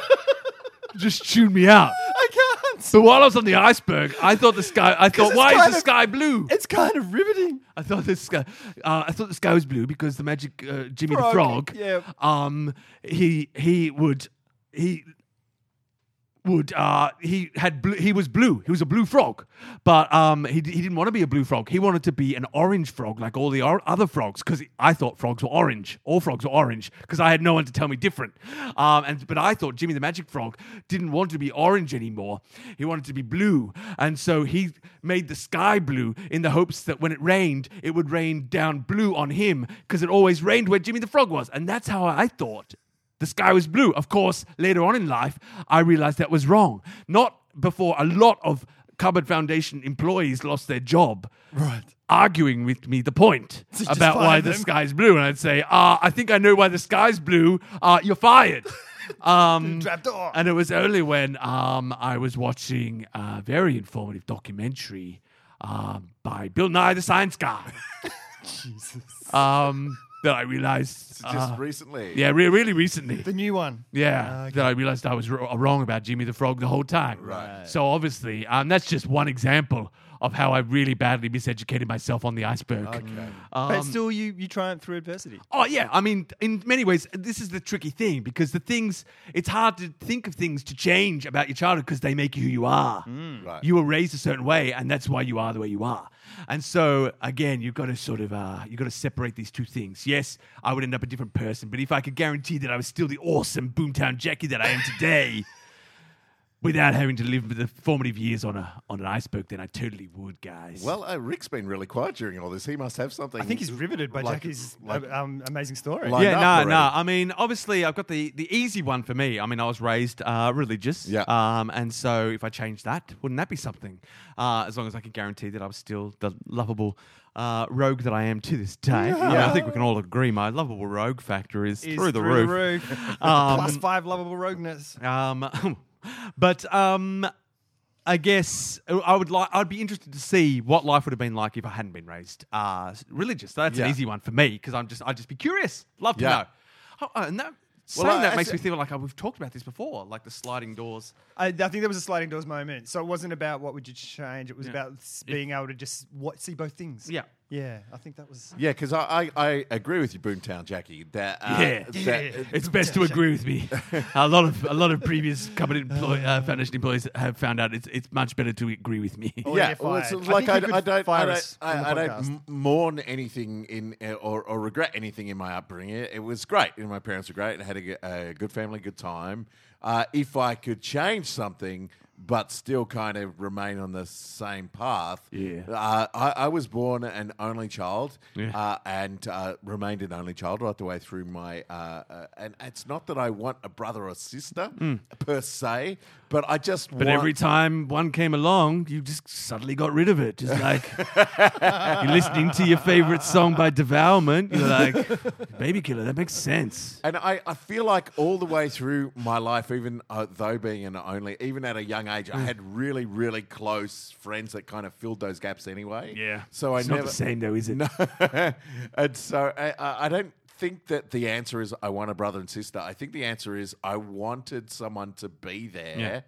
S7: Just tune me out.
S3: I can't.
S7: But while I was on the iceberg, I thought the sky. I thought,
S3: it's
S7: why is
S3: kind
S7: the
S3: of-
S7: sky blue?
S3: It's kind of riveting.
S7: I thought this guy. Uh, I thought this guy was blue because the magic uh, Jimmy the
S3: Frog,
S7: Frog.
S3: yeah.
S7: Um. He he would he would uh he had blue, he was blue he was a blue frog but um he, d- he didn't want to be a blue frog he wanted to be an orange frog like all the or- other frogs because i thought frogs were orange all frogs were orange because i had no one to tell me different um and but i thought jimmy the magic frog didn't want to be orange anymore he wanted to be blue and so he made the sky blue in the hopes that when it rained it would rain down blue on him because it always rained where jimmy the frog was and that's how i thought the sky was blue. Of course, later on in life, I realized that was wrong. Not before a lot of Cupboard Foundation employees lost their job.
S3: Right.
S7: Arguing with me the point
S3: So just
S7: about
S3: fire
S7: why the
S3: them.
S7: sky's blue. And I'd say, uh, I think I know why the sky's blue. Uh, you're fired. Um,
S3: Trapdoor.
S7: and it was only when um, I was watching a very informative documentary um, by Bill Nye the Science Guy
S3: Jesus.
S7: um, that I realized.
S1: Just
S7: uh,
S1: recently.
S7: yeah, re- really recently.
S3: The new one.
S7: Yeah,
S3: Okay.
S7: that I realized I was r- uh, wrong about Jimmy the Frog the whole time.
S1: Right.
S7: So obviously, um, that's just one example of how I really badly miseducated myself on the iceberg.
S1: Okay.
S3: but
S7: Um,
S3: still, you you triumph through adversity.
S7: Oh yeah, I mean, in many ways, this is the tricky thing because the things it's hard to think of things to change about your childhood because they make you who you are.
S1: Right.
S7: You were raised a certain way, and that's why you are the way you are. And so again, you've got to sort of uh, you've got to separate these two things. Yes, I would end up a different person, but if I could guarantee that I was still the awesome boomtown Jackie that I am today. Without having to live the formative years on a on an iceberg, then I totally would, guys.
S1: Well, uh, Rick's been really quiet during all this. He must have something.
S3: I think he's riveted by
S1: like-
S3: Jackie's
S1: like-
S3: uh, um, amazing story.
S1: Like- lined
S7: yeah,
S1: up
S7: nah,
S1: already.
S7: nah. I mean, obviously, I've got the, the easy one for me. I mean, I was raised uh, religious.
S1: Yeah.
S7: Um, and so if I change that, wouldn't that be something? Uh, as long as I could guarantee that I was still the lovable uh, rogue that I am to this day. I, mean, I think we can all agree my lovable rogue factor is,
S3: Is
S7: through the
S3: through
S7: roof.
S3: the roof.
S7: Um,
S3: Plus five lovable rogueness.
S7: Um, but um, I guess uh, I would like. I'd be interested to see what life would have been like if I hadn't been raised uh, s- religious. That's
S1: Yeah.
S7: an easy one for me because I'm just. I'd just be curious. Love to
S1: Yeah.
S7: know. Oh, uh, and that,
S1: Well,
S7: saying
S1: I-
S7: that
S1: I
S7: makes me
S1: see-
S7: feel like uh, we've talked about this before, like the sliding doors.
S3: I, I think there was a sliding doors moment. So it wasn't about what would you change. It was about s- being able to just what, see both things.
S7: Yeah.
S3: Yeah. I think that was.
S1: Yeah, because I, I, I agree with you, Boomtown Jackie. That uh,
S7: Yeah.
S1: that-
S7: It's best to agree with me. a lot of a lot of previous company employ, uh, foundation employees have found out it's it's much better to agree with me.
S3: Or
S1: yeah,
S3: you're
S1: well, it's
S3: fired. I
S1: like
S3: think
S1: I,
S3: you could
S1: I don't, I
S3: fire
S1: don't,
S3: us on the
S1: I, I don't
S3: podcast.
S1: m- mourn anything in uh, or, or regret anything in my upbringing. It, it was great. You know, my parents were great. I had a, g- a good family, good time. Uh, if I could change something, but still kind of remain on the same path,
S7: Yeah.
S1: Uh, I, I was born an only child,
S7: Yeah.
S1: uh, and uh, remained an only child right the way through my. Uh, uh, and it's not that I want a brother or sister
S3: Mm.
S1: per se, but I just
S7: But
S1: want
S7: every time one came along, you just suddenly got rid of it. Just like you're listening to your favorite song by Devourment, you're like, "Baby Killer." That makes sense.
S1: And I, I feel like all the way through my life, even uh, though being an only, even at a young age,
S7: Mm.
S1: I had really, really close friends that kind of filled those gaps anyway. So I
S7: it's
S1: never.
S7: not the same though, is it?
S1: No. and so I, I I don't think that the answer is I want a brother and sister. I think the answer is I wanted someone to be there
S7: Yeah.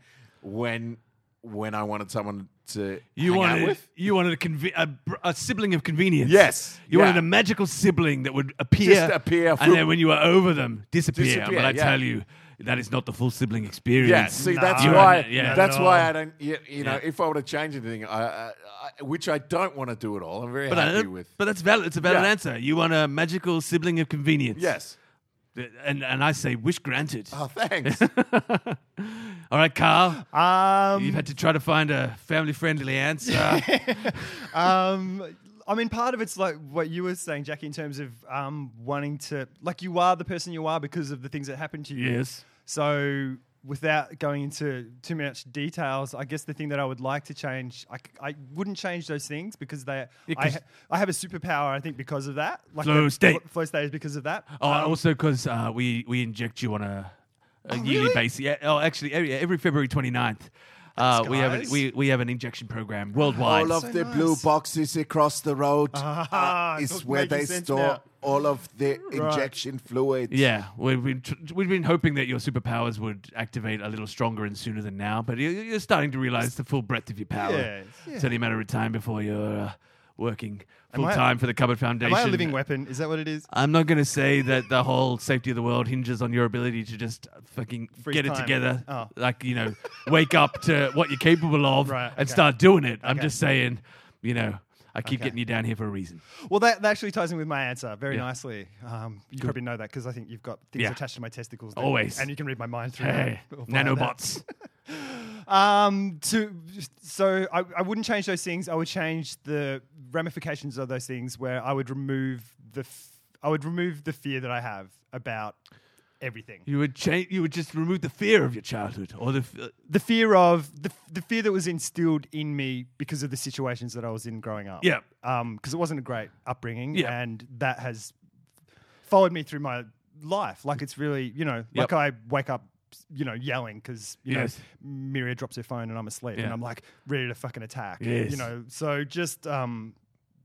S1: when when I wanted someone to
S7: You
S1: hang out
S7: wanted
S1: with.
S7: you wanted a, conve- a, br- a sibling of convenience.
S1: Yes,
S7: you
S1: yeah.
S7: wanted a magical sibling that would appear,
S1: Just appear
S7: and
S1: from-
S7: then when you were over them, disappear.
S1: Disappear,
S7: but I
S1: yeah.
S7: tell you, that is not the full sibling experience.
S1: Yeah, see, that's
S7: You
S1: why.
S7: are- yeah.
S1: that's
S3: No.
S1: why I don't. You, you know,
S7: Yeah.
S1: if I were to change anything, I, I, I, which I don't want to do at all, I'm very
S7: But, I
S1: happy
S7: don't-
S1: with.
S7: but that's valid. It's a valid
S1: Yeah.
S7: answer. You want a magical sibling of convenience.
S1: yes.
S7: And, and I say, wish granted.
S3: Ah.
S1: Oh, thanks.
S7: All right, Carl,
S3: Um,
S7: you've had to try to find a family friendly answer.
S3: um, I mean, part of it's like what you were saying, Jackie, in terms of um, wanting to, like, you are the person you are because of the things that happened to you.
S7: yes.
S3: So without going into too much details, I guess the thing that I would like to change, I, c- I wouldn't change those things because they,
S7: Yeah,
S3: I,
S7: 'cause-
S3: ha- I have a superpower, I think, because of that. Like
S7: Flow
S3: the
S7: state.
S3: fl- Flow state is because of that.
S7: Oh,
S3: Um,
S7: also because uh, we we inject you on a, a yearly
S3: really?
S7: basis. Yeah. Oh, actually, every, every February 29th, uh, we have an,
S3: guys.
S7: we we have an injection program worldwide.
S1: All of
S3: So
S1: the
S3: nice.
S1: blue boxes across the road
S3: Ah,
S1: uh,
S3: it's
S1: is
S3: all
S1: where
S3: making
S1: they
S3: sense
S1: store
S3: now.
S1: all of the injection fluids.
S7: yeah, we've been tr- we've been hoping that your superpowers would activate a little stronger and sooner than now, but you're, you're starting to realize the full breadth of your power.
S3: Yeah,
S7: It's only a matter of time before you're uh, working
S3: Am
S7: full
S3: I-
S7: time for the Cupboard Foundation.
S3: Am I a living weapon? Is that what it is?
S7: I'm not going to say that the whole safety of the world hinges on your ability to just fucking
S3: Free
S7: get it
S3: time.
S7: together.
S3: Oh.
S7: Like, you know, wake up to what you're capable of
S3: Right,
S7: and
S3: okay.
S7: start doing it. I'm
S3: Okay.
S7: just saying, you know, I keep
S3: Okay.
S7: getting you down here for a reason.
S3: Well, that, that actually ties in with my answer very
S7: Yeah.
S3: nicely. Um, you probably know that because I think you've got things
S7: Yeah.
S3: attached to my testicles. now,
S7: Always.
S3: And you can read my mind through
S7: Hey,
S3: them. We'll find out.
S7: nanobots.
S3: Um, to so I, I wouldn't change those things. I would change the ramifications of those things where I would remove the f- I would remove the fear that I have about everything.
S7: You would change. You would just remove the fear of your childhood or the. F- uh,
S3: The fear of the, the fear that was instilled in me because of the situations that I was in growing up.
S7: Yeah.
S3: Um, because it wasn't a great upbringing.
S7: Yeah.
S3: And that has followed me through my life. Like it's really, you know,
S7: Yep.
S3: like I wake up, you know, yelling because you
S7: Yes.
S3: know Miria drops her phone and I'm asleep
S7: Yeah.
S3: and I'm like ready to fucking attack.
S7: Yes.
S3: You know, so just um,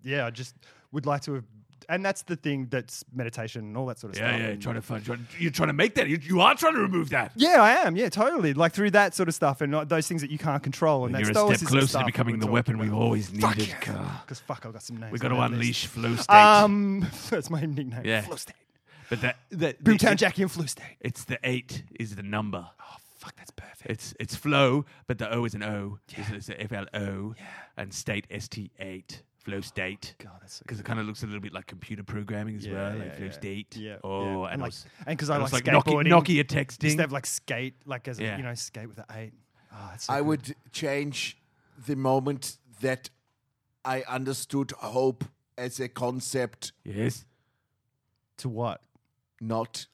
S3: yeah, I just would like to have, and that's the thing that's meditation and all that sort of
S7: yeah,
S3: stuff.
S7: yeah. You're
S3: and-
S7: trying to find. Trying, you're trying to make that. You, you are trying to remove that.
S3: yeah, I am. Yeah, totally. Like through that sort of stuff and uh, those things that you can't control. And,
S7: you're
S3: that
S7: a
S3: stoicism
S7: step closer
S3: stuff
S7: to
S3: that
S7: becoming
S3: we're
S7: the
S3: talking
S7: weapon we've
S3: about.
S7: always needed. Car.
S3: Because fuck, I've got some names.
S7: We
S3: on
S7: got to
S3: that list.
S7: unleash flow state.
S3: Um, that's my new nickname.
S7: Yeah.
S3: Flu State.
S7: but that, that
S3: Boomtown
S7: it-
S3: Jackie and Flu State.
S7: It's the eight is the number.
S3: Oh fuck, that's perfect.
S7: It's it's flow, but the O is an O. It's, it's a F L O, and state S T eight flow state.
S3: Oh, God, that's so
S7: because it kind of looks a little bit like computer programming as well, like flow state.
S3: Yeah.
S7: Oh,
S3: yeah.
S7: and
S3: like,
S7: also-
S3: and because
S7: it
S3: I
S7: was
S3: like,
S7: Nokia-
S3: skateboarding,
S7: Nokia,
S3: You used
S7: texting.
S3: to have like skate, like as
S7: Yeah.
S3: a, you know, skate with an eight. Oh, that's so
S1: I
S3: cool.
S1: would change the moment that I understood hope as a concept,
S7: yes.
S3: to what?
S1: not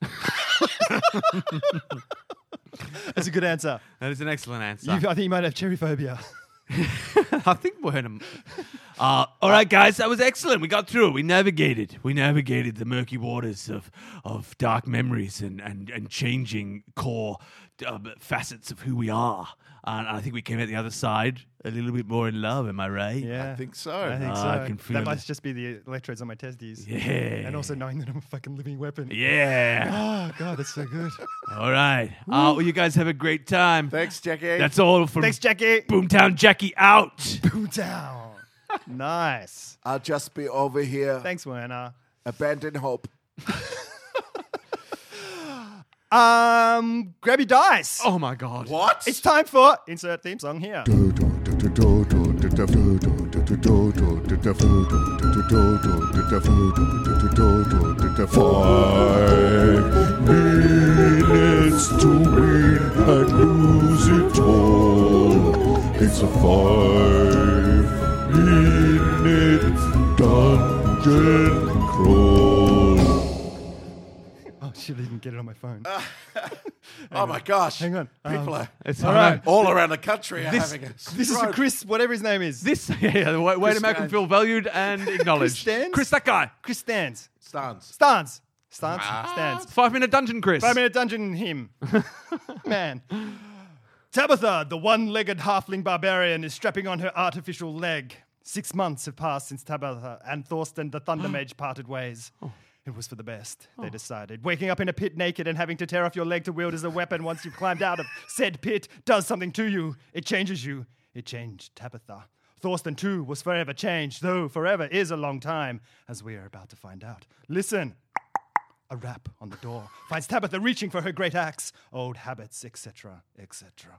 S3: That's a good answer.
S7: That is an excellent
S3: You,
S7: answer.
S3: I think you might have cherry phobia.
S7: I think we're in a. Uh, all right, guys, that was excellent. We got through it. We navigated. We navigated the murky waters of, of dark memories and, and, and changing core uh, facets of who we are. And I think we came out the other side a little bit more in love. Am I right?
S3: Yeah,
S1: I think so.
S3: I think
S7: Ah,
S3: so.
S7: I can feel
S3: that
S7: it.
S3: must just be the electrodes on my testes.
S7: Yeah.
S3: And also knowing that I'm a fucking living weapon.
S7: Yeah.
S3: Oh god, that's so good.
S7: All right. Uh, well, you guys have a great time.
S1: Thanks, Jackie.
S7: That's all from
S3: Thanks, Jackie.
S7: Boomtown Jackie out.
S3: Boom down. nice.
S1: I'll just be over here.
S3: Thanks, Werner.
S1: Abandon hope.
S3: Um, grab your dice.
S7: Oh, my God.
S1: What?
S3: It's time for insert theme song here.
S8: Five minutes to win and lose it all. It's a five minute dungeon crawl.
S3: Oh, shit, I didn't get it on my phone.
S7: Ah,
S1: oh my gosh.
S3: Hang on.
S1: People
S3: Um,
S1: are
S7: It's
S3: All right.
S1: all around the country are
S3: This,
S1: having a
S3: this is for
S1: stroke.
S3: Chris, whatever his name is.
S7: This yeah, the way, way to
S1: Chris
S7: make him
S1: Stans.
S7: feel valued and acknowledged.
S3: Stans?
S7: Chris, that guy.
S3: Chris stands.
S1: Stans.
S3: Stands. Stands.
S7: Ah.
S3: Stands.
S7: Five minute dungeon, Chris.
S3: Five minute dungeon him. Man. Tabitha, the one legged halfling barbarian, is strapping on her artificial leg. Six months have passed since Tabitha and Thorsten the Thunder Mage parted ways. It was for the best, they decided. Waking up in a pit naked and having to tear off your leg to wield as a weapon once you've climbed out of said pit does something to you. It changes you. It changed Tabitha. Thorsten, too, was forever changed, though forever is a long time, as we are about to find out. Listen. A rap on the door finds Tabitha reaching for her great axe, old habits, etc., etc.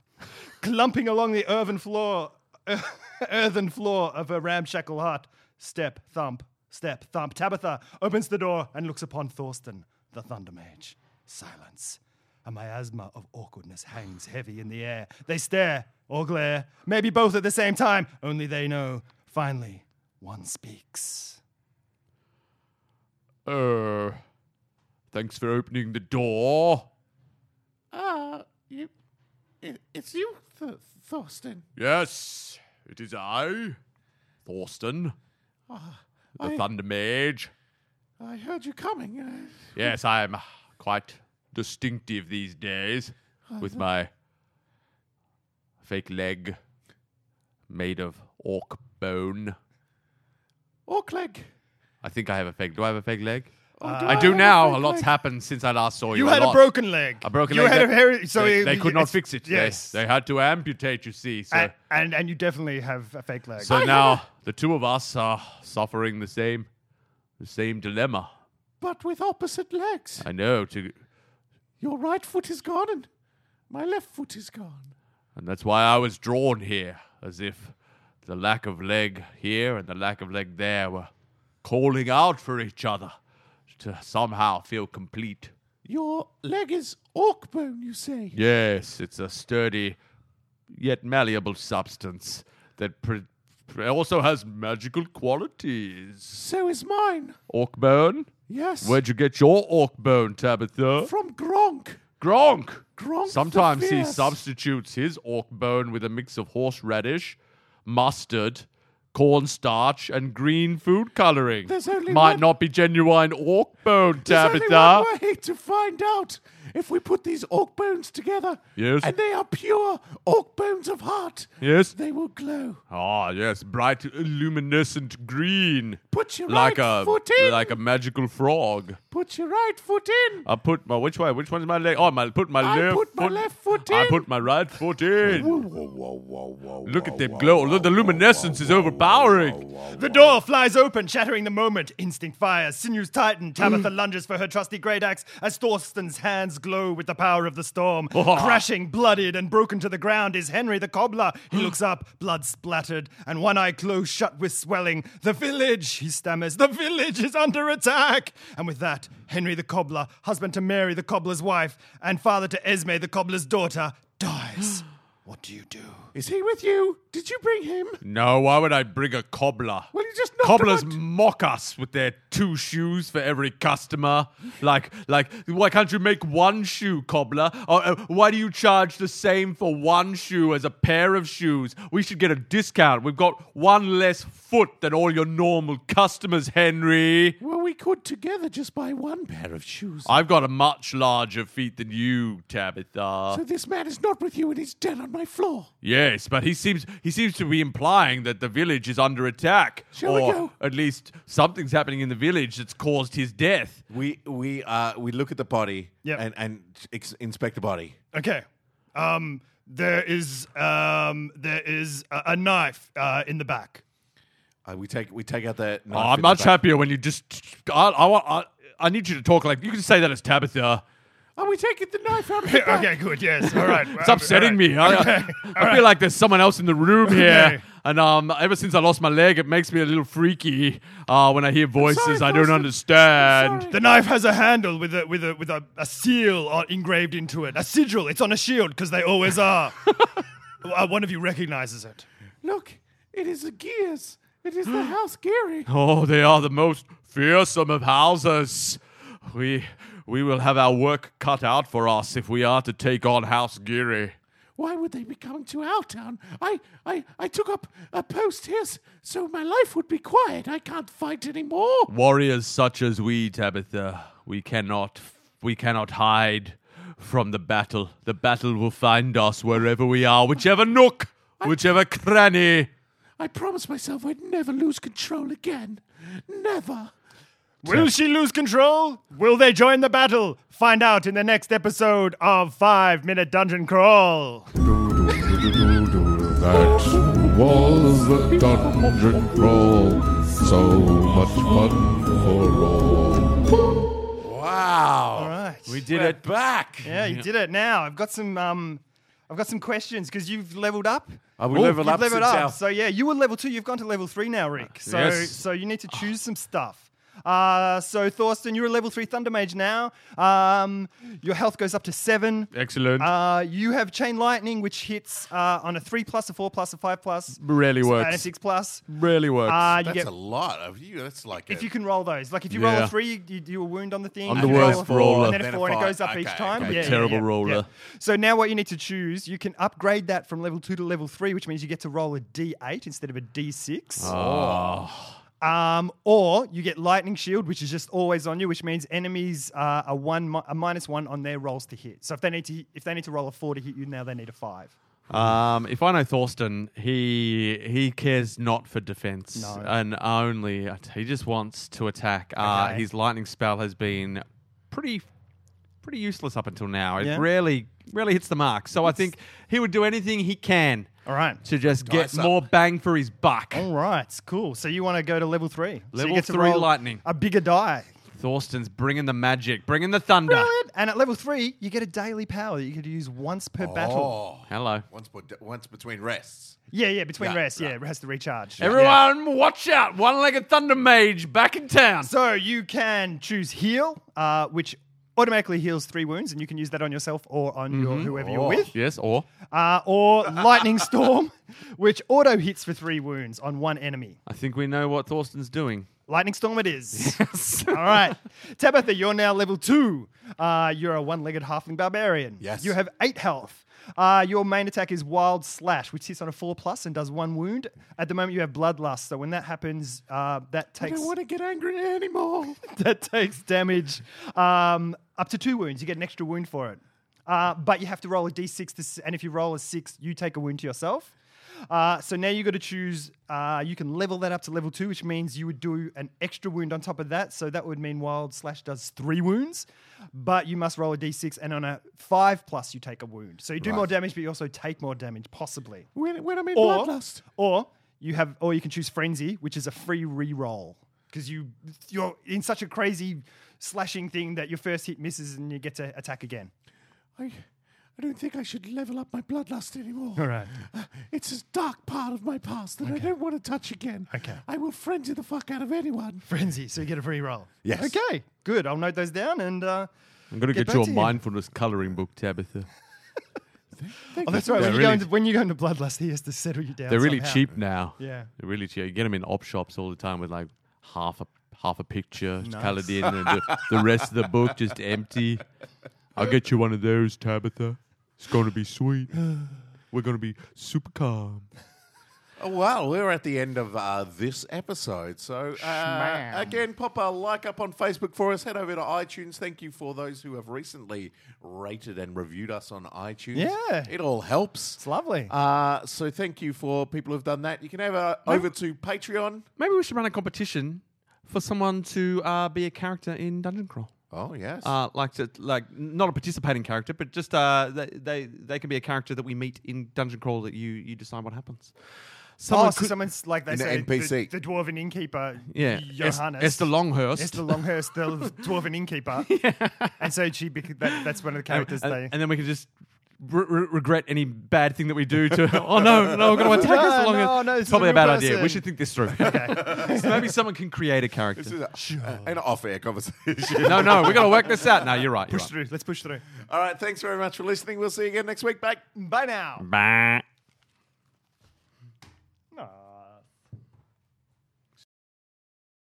S3: Clumping along the earthen floor, earthen floor of her ramshackle hut, step thump, step thump. Tabitha opens the door and looks upon Thorsten, the Thunder Mage. Silence. A miasma of awkwardness hangs heavy in the air. They stare or glare, maybe both at the same time. Only they know. Finally, one speaks.
S7: Uh, thanks for opening the door. Ah, you
S1: It's you, Th- Thorsten.
S7: Yes, it is I, Thorsten, the
S1: Ah, I-
S7: Thunder Mage.
S1: I heard you coming. Uh,
S7: Yes, I'm quite distinctive these days with my fake leg made of orc bone.
S1: Orkleg.
S7: I think I have a fake. Do I have a fake leg?
S1: Oh,
S7: Uh, I
S1: I
S7: do
S1: have a
S7: now. A
S1: fake
S7: lot's
S1: leg?
S7: happened since I last saw you.
S3: You had a
S7: lot.
S3: broken leg.
S7: A broken
S3: you
S7: leg.
S3: Had a
S7: that-
S3: very, so
S7: they,
S3: it-
S7: they could not
S3: it's-
S7: fix it. They-
S3: Yes.
S7: They, had to amputate. You see, so
S3: and, and and you definitely have a fake leg.
S7: so now the two of us are suffering the same, the same dilemma.
S1: But with opposite legs.
S7: I know. To
S1: Your right foot is gone and my left foot is gone.
S7: And that's why I was drawn here, as if the lack of leg here and the lack of leg there were calling out for each other to somehow feel complete.
S1: Your leg is orc bone, you say?
S7: Yes, it's a sturdy yet malleable substance that pre- pre- also has magical qualities.
S1: So is mine.
S7: Orc bone?
S1: Yes.
S7: Where'd you get your orc bone, Tabitha?
S1: From Gronk.
S7: Gronk.
S1: Gronk the
S7: Sometimes he
S1: fierce.
S7: substitutes his orc bone with a mix of horseradish, mustard, cornstarch, and green food coloring.
S1: There's only
S7: Might
S1: one-
S7: not be genuine orc bone,
S1: There's only
S7: Tabitha.
S1: one way to find out if we put these orc bones together.
S7: Yes.
S1: And they are pure orc bones of heart.
S7: Yes.
S1: They will glow.
S7: Ah, yes, bright, luminescent green,
S1: Put your
S7: like
S1: right
S7: a
S1: foot in.
S7: like a magical frog.
S1: Put your right foot in.
S7: I put my which way? Which one's my leg? Oh, my put my
S1: I
S7: left.
S1: put my left foot
S7: I
S1: in.
S7: put my right foot in.
S1: Whoa, whoa, whoa, whoa.
S7: Look at them glow! Look, the luminescence is overpowering.
S3: The door flies open, shattering the moment. Instinct fires, sinews tighten. Tabitha lunges for her trusty great axe as Thorsten's hands glow with the power of the storm. Crashing, bloodied, and broken to the ground is Henry the cobbler. He looks up, blood splattered, and one eye closed shut with swelling. The village, he stammers, the village is under attack. And with that, Henry the cobbler, husband to Mary the cobbler's wife, and father to Esme the cobbler's daughter, dies. what do you do?
S1: Is he with you? Did you bring him?
S7: No, why would I bring a cobbler?
S1: Well, you just knocked
S7: Cobblers
S1: him out.
S7: mock us with their two shoes for every customer. Like, like, why can't you make one shoe, cobbler? Or uh, why do you charge the same for one shoe as a pair of shoes? We should get a discount. We've got one less foot than all your normal customers, Henry.
S1: Well, we could together just buy one pair of shoes.
S7: I've got a much larger feet than you, Tabitha.
S1: so this man is not with you and he's dead on my floor.
S7: Yes, but he seems he seems to be implying that the village is under attack,
S1: Shall we
S7: or
S1: go?
S7: at least something's happening in the village that's caused his death.
S1: We we uh we look at the body
S3: Yep.
S1: and and ex- inspect the body.
S3: Okay. Um, there is um, there is a, a knife uh, in the back.
S1: Uh, we take we take out the.
S7: Oh,
S1: knife in
S7: I'm
S1: the
S7: much
S1: back.
S7: happier when you just. I, I, want- I, I need you to talk like you can say that as Tabitha.
S1: Are we taking the knife out of the back?
S3: okay, good. Yes. All right.
S7: It's upsetting me. I, I feel like there's someone else in the room here.
S3: Okay.
S7: And um, ever since I lost my leg, it makes me a little freaky uh, when I hear voices I don't
S1: Thorsten. I'm
S7: understand.
S1: sorry.
S3: The knife has a handle with a with a with a, a seal on, engraved into it. A sigil. It's on a shield because they always are. uh, one of you recognizes it.
S1: Look, it is the gears. It is the house Geary.
S7: Oh, they are the most fearsome of houses. We we will have our work cut out for us if we are to take on House Geary.
S1: Why would they be coming to our town? I I I took up a post here s- so my life would be quiet. I can't fight anymore.
S7: Warriors such as we, Tabitha, we cannot we cannot hide from the battle. The battle will find us wherever we are, whichever nook, whichever cranny.
S1: I promised myself I'd never lose control again. Never.
S3: Will she lose control? Will they join the battle? Find out in the next episode of Five Minute Dungeon Crawl.
S9: That was the dungeon crawl. So much fun for all.
S1: Wow.
S3: All right.
S7: We did
S1: We're
S7: it.
S1: back.
S3: Yeah, you did it. Now I've got some. Um, I've got some questions because you've leveled up.
S1: I will
S7: Ooh,
S1: level
S3: You've
S1: Uh, up.
S3: leveled
S1: since
S3: up.
S1: our- Uh,
S3: So yeah, you were level two. You've gone to level three now, Rick. So
S7: yes.
S3: so you need to choose some stuff. Uh, so, Thorsten, you're a level three Thunder Mage now. Um, your health goes up to seven.
S10: Excellent.
S3: Uh, you have Chain Lightning, which hits uh, on a three plus, a four plus, a five plus,
S10: really
S3: and a
S10: works.
S3: six plus.
S10: Really works.
S3: Uh, you
S1: That's
S3: get,
S1: a lot of you. That's like
S3: if
S1: a,
S3: you can roll those, like if you roll
S10: Yeah.
S3: a three, you, you do a wound on the thing.
S10: On
S3: If
S10: the
S3: you roll
S10: worst
S3: a four,
S10: roller.
S3: and then a
S1: Then a
S3: four, and it
S1: five.
S3: goes up
S1: Okay,
S3: each time.
S1: okay.
S3: Yeah, yeah,
S10: Terrible
S3: yeah,
S10: roller.
S3: yeah. So now what you need to choose, you can upgrade that from level two to level three, which means you get to roll a D8 instead of a D6.
S10: Ah.
S3: Um, or you get lightning shield, which is just always on you, which means enemies uh, are one mi- a minus one on their rolls to hit. So if they need to if they need to roll a four to hit you, now they need a five.
S2: Um, if I know Thorsten, he he cares not for defense and only he just wants to attack. Uh,
S3: Okay.
S2: His lightning spell has been pretty pretty useless up until now. It
S3: Yeah.
S2: rarely rarely hits the mark. So I think he would do anything he can
S3: All right. Oh.
S2: to just get
S1: Nice up.
S2: more bang for his buck.
S3: All right, cool. So you want to go to level three? So you
S2: Level
S3: get to
S2: three
S3: roll
S2: lightning.
S3: a bigger die.
S2: Thorsten's bringing the magic, bringing the thunder.
S3: Brilliant. And at level three, you get a daily power that you could use once per battle.
S1: Oh,
S2: Hello.
S1: once, bet- once between rests.
S3: Yeah, yeah, between
S1: Yeah,
S3: rests, yeah,
S1: yeah.
S3: it has to recharge. Yeah.
S2: Everyone, watch out! One-legged thunder mage back in town.
S3: So you can choose heal, uh, which automatically heals three wounds, and you can use that on yourself or on your whoever you're
S1: Oh.
S3: with.
S2: yes, or
S3: Uh, or lightning storm, which auto hits for three wounds on one enemy.
S2: I think we know what Thorsten's doing.
S3: Lightning storm, it is. All right, Tabitha, you're now level two. Uh, you're a one-legged halfling barbarian.
S1: Yes.
S3: You have eight health. Uh, your main attack is Wild Slash, which hits on a four plus and does one wound. At the moment, you have Bloodlust, so when that happens, uh, that takes
S1: to get angry anymore.
S3: that takes damage um, up to two wounds. You get an extra wound for it. Uh, but you have to roll a d6, to, s- and if you roll a six, you take a wound to yourself. Uh, so now you got to choose. Uh, you can level that up to level two, which means you would do an extra wound on top of that. So that would mean Wild Slash does three wounds, but you must roll a d6, and on a five plus, you take a wound. So you do more damage, but you also take more damage, possibly.
S1: when, when I mean
S3: Or, or you have, or you can choose frenzy, which is a free re-roll because you you're in such a crazy slashing thing that your first hit misses and you get to attack again.
S1: I, I don't think I should level up my bloodlust anymore. Uh,
S3: All right.
S1: It's a dark part of my past that I don't want to touch again.
S3: Okay.
S1: I will frenzy the fuck out of anyone.
S3: Frenzy, so you get a free roll.
S1: Yes.
S3: Okay. Good. I'll note those down and. Uh,
S2: I'm gonna
S3: Get
S2: get,
S3: back
S2: you a
S3: to him.
S2: mindfulness coloring book, Tabitha.
S3: Oh, that's right.
S2: Yeah,
S3: when, you go
S2: really.
S3: into, when you go into Bloodlust, he has to settle you down.
S2: They're really
S3: somehow.
S2: cheap now.
S3: Yeah.
S2: they're really cheap. You get them in op shops all the time with like half a half a picture colored in, and the, the rest of the book just empty. I'll get you one of those, Tabitha. It's gonna be sweet. We're gonna be super calm.
S1: Oh, well, we're at the end of uh, this episode. So, uh, again, pop a like up on Facebook for us. Head over to iTunes. Thank you for those who have recently rated and reviewed us on iTunes.
S3: Yeah.
S1: It all helps.
S3: It's lovely.
S2: Oh,
S1: Uh, so thank you for people who've done that. You can have uh, over to Patreon.
S2: Maybe we should run a competition for someone to uh, be a character in Dungeon Crawl.
S1: Oh yes.
S2: Uh, like to like not a participating character, but just uh, they, they they can be a character that we meet in Dungeon Crawl that you you decide what happens. Someone
S3: oh, so
S2: could-
S3: someone's like they
S1: In the
S3: say
S1: NPC.
S3: The, the dwarven innkeeper.
S2: yeah, Es-
S3: Johannes.
S2: Esther Longhurst.
S3: Esther Longhurst, the dwarven innkeeper. And so she, bec- that, that's one of the characters
S2: and,
S3: they.
S2: and then we can just re- re- regret any bad thing that we do to. oh no, no, we're going to attack us.
S3: No,
S2: along
S3: no,
S2: it.
S3: no, this
S2: it's
S3: is
S2: probably
S3: a
S2: a
S3: real
S2: bad idea. We
S3: person.
S2: should think this through. so maybe someone can create a
S1: this
S2: character.
S1: is a, Uh, an off-air conversation.
S2: No, no, we're going to work this out. No, you're right. You're
S3: push through. Let's push through.
S1: All right. Thanks very much for listening. We'll see you again next week. Bye.
S3: Bye now.
S2: right. Bah.